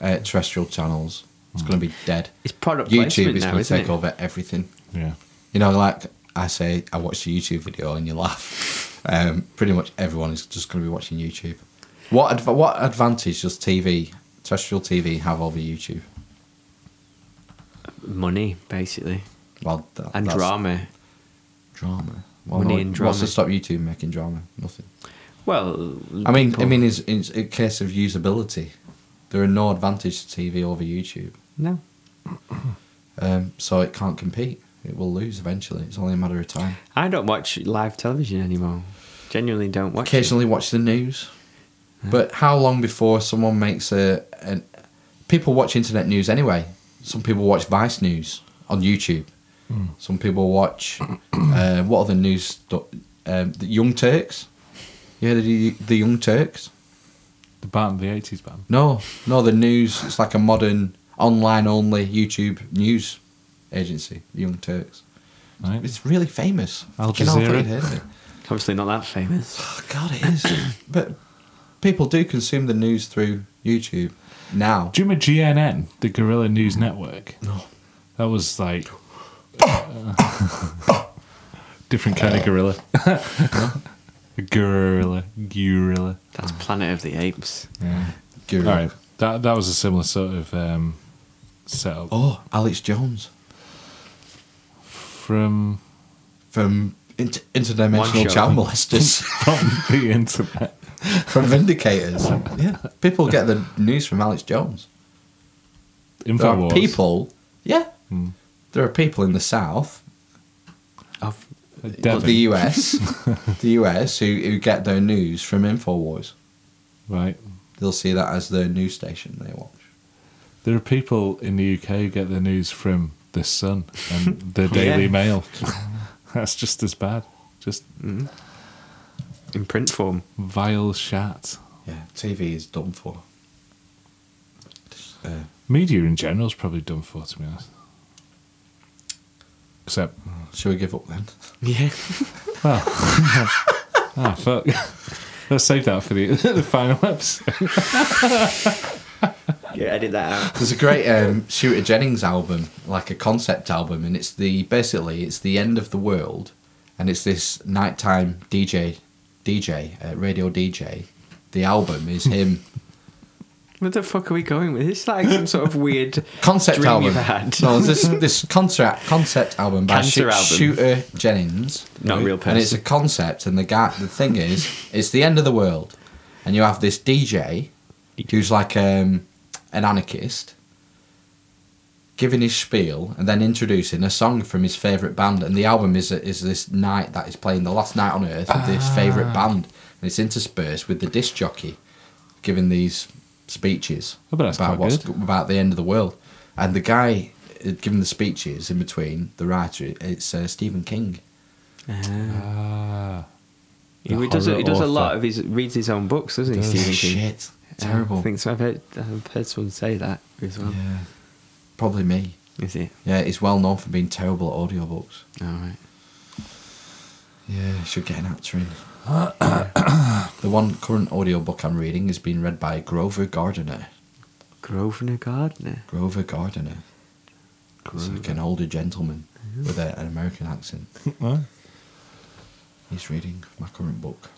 Speaker 1: Uh, terrestrial channels. It's going to be dead.
Speaker 3: It's product
Speaker 1: YouTube
Speaker 3: placement
Speaker 1: is
Speaker 3: now,
Speaker 1: going to
Speaker 3: isn't
Speaker 1: take
Speaker 3: it?
Speaker 1: over everything.
Speaker 2: Yeah.
Speaker 1: You know, like I say, I watched a YouTube video and you laugh. Um, pretty much everyone is just going to be watching YouTube. What adv- what advantage does TV, terrestrial TV, have over YouTube?
Speaker 3: Money, basically,
Speaker 1: Well, that,
Speaker 3: and
Speaker 1: that's
Speaker 3: drama.
Speaker 1: Drama. Well,
Speaker 3: Money
Speaker 1: no,
Speaker 3: and
Speaker 1: What's to
Speaker 3: drama.
Speaker 1: stop YouTube making drama? Nothing.
Speaker 3: Well,
Speaker 1: I mean,
Speaker 3: people-
Speaker 1: I mean, is in a case of usability, there are no advantage to TV over YouTube,
Speaker 3: no.
Speaker 1: um, so it can't compete. It will lose eventually. It's only a matter of time.
Speaker 3: I don't watch live television anymore. Genuinely, don't watch. it.
Speaker 1: occasionally watch the news. But how long before someone makes a an people watch internet news anyway? Some people watch Vice News on YouTube.
Speaker 3: Hmm.
Speaker 1: Some people watch uh, what other news? Stu- um, the Young Turks. Yeah, the the Young Turks.
Speaker 2: The band, the 80s band.
Speaker 1: No, no, the news. It's like a modern online only YouTube news agency, Young Turks.
Speaker 2: Right?
Speaker 1: It's really famous.
Speaker 2: Al
Speaker 1: Fucking hell, I thought
Speaker 2: Jazeera.
Speaker 1: you'd heard of it.
Speaker 3: Obviously, not that famous.
Speaker 1: Oh, God, it is. but people do consume the news through YouTube now.
Speaker 2: Do you remember GNN, the Guerrilla News Network?
Speaker 1: No.
Speaker 2: That was like. uh, different kind of gorilla. gorilla. Gorilla.
Speaker 3: That's Planet of the Apes.
Speaker 2: Yeah.
Speaker 1: Guru.
Speaker 2: All right. That, that was a similar sort of um, setup
Speaker 1: Oh, Alex Jones
Speaker 2: from,
Speaker 1: from Inter- Interdimensional
Speaker 3: One
Speaker 1: Child
Speaker 3: shot.
Speaker 1: Molesters
Speaker 2: from the internet.
Speaker 1: from Vindicators. Yeah. People get the news from Alex Jones. There are
Speaker 2: Infowars.
Speaker 1: people. Yeah. There are people in the South,
Speaker 3: Of
Speaker 1: of
Speaker 2: Devon.
Speaker 1: the US, the US, who, who get their news from InfoWars.
Speaker 2: right.
Speaker 1: They'll see that as their news station they watch.
Speaker 2: There are people in the UK who get their news from the Sun and the Daily
Speaker 3: Yeah.
Speaker 2: Mail. That's just as bad. Just
Speaker 3: in print form.
Speaker 2: vile shat.
Speaker 1: Yeah, TV is done for. Uh,
Speaker 2: Media in general is probably done for, to be honest. Except,
Speaker 1: Shall we give up then?
Speaker 3: Yeah.
Speaker 2: well, ah, fuck. Let's save that for the, the final episode.
Speaker 3: yeah, edit that out.
Speaker 1: There's a great um, Shooter Jennings album, like a concept album, and it's the basically it's the end of the world, and it's this nighttime DJ, DJ, uh, radio DJ. The album is him.
Speaker 3: Where the fuck are we going with this? Like some sort of weird
Speaker 1: Concept
Speaker 3: dream
Speaker 1: album.
Speaker 3: you've had.
Speaker 1: No, this this concept concept album by
Speaker 3: Cancer
Speaker 1: Shoo-
Speaker 3: album.
Speaker 1: Shooter Jennings.
Speaker 3: Not a real
Speaker 1: And it's a
Speaker 3: person.
Speaker 1: concept, and the guy, the thing is, it's the end of the world, and you have this DJ who's like um, an anarchist, giving his spiel, and then introducing a song from his favorite band, and the album is is this night that is playing the last night on earth of his favorite band, and it's interspersed with the disc jockey giving these speeches
Speaker 2: I bet that's
Speaker 1: about
Speaker 2: quite
Speaker 1: what's
Speaker 2: good.
Speaker 1: about the end of the world, and the guy uh, giving the speeches in between the writer, it's uh, Stephen King.
Speaker 2: Ah.
Speaker 3: Uh, He
Speaker 2: The
Speaker 3: does, a, he
Speaker 2: horror
Speaker 3: does a
Speaker 2: author.
Speaker 3: lot of his reads his own books, doesn't he, Stephen King?
Speaker 1: Shit,
Speaker 3: Yeah,
Speaker 1: terrible.
Speaker 3: I think so. I've heard, I've heard someone say that as well.
Speaker 1: Yeah, probably me.
Speaker 3: Is it?
Speaker 1: Yeah, he's well known for being terrible at audiobooks.
Speaker 3: All right.
Speaker 1: Yeah, should get an actor in. the one current audiobook I'm reading is being read by Grover Gardiner.
Speaker 3: Grosvenor Gardner.
Speaker 1: Grover Gardiner. He's like an older gentleman with a, an American accent.
Speaker 2: Huh?
Speaker 1: He's reading my current book.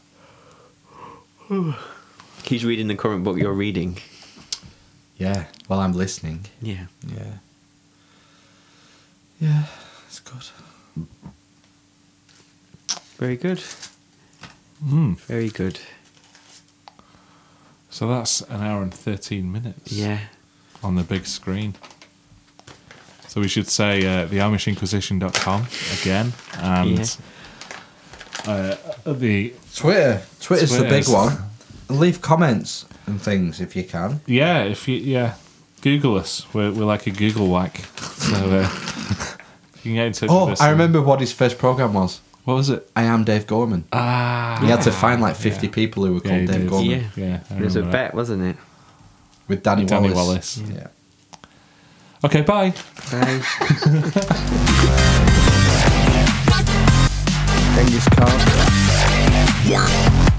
Speaker 3: He's reading the current book you're reading.
Speaker 1: Yeah, while I'm listening.
Speaker 3: Yeah.
Speaker 1: Yeah. Yeah, it's good.
Speaker 3: Very good.
Speaker 2: Mm.
Speaker 3: Very good.
Speaker 2: So that's an hour and 13 minutes
Speaker 3: Yeah.
Speaker 2: on the big screen. So we should say uh, theamishinquisition.com again and uh, the
Speaker 1: Twitter. Twitter's the big
Speaker 2: Twitter's-
Speaker 1: one. Leave comments and things if you can.
Speaker 2: Yeah, if you yeah, Google us. We're, we're like a Google whack. So uh, you can get in touch
Speaker 1: Oh,
Speaker 2: with us.
Speaker 1: I
Speaker 2: and-
Speaker 1: remember what his first program was.
Speaker 2: What was it?
Speaker 1: I am Dave Gorman.
Speaker 2: Ah,
Speaker 1: He had to find like 50
Speaker 2: Yeah.
Speaker 1: people who were
Speaker 2: Yeah,
Speaker 1: called
Speaker 2: he
Speaker 1: Dave
Speaker 2: did.
Speaker 1: Gorman
Speaker 3: Yeah.
Speaker 2: Yeah, I
Speaker 3: It was a
Speaker 2: remember
Speaker 3: bet, wasn't it?
Speaker 1: with Danny,
Speaker 2: that. Danny
Speaker 1: Wallace.
Speaker 2: Wallace.
Speaker 1: Yeah.
Speaker 2: Okay, bye.
Speaker 3: Bye.
Speaker 1: Genghis Khan.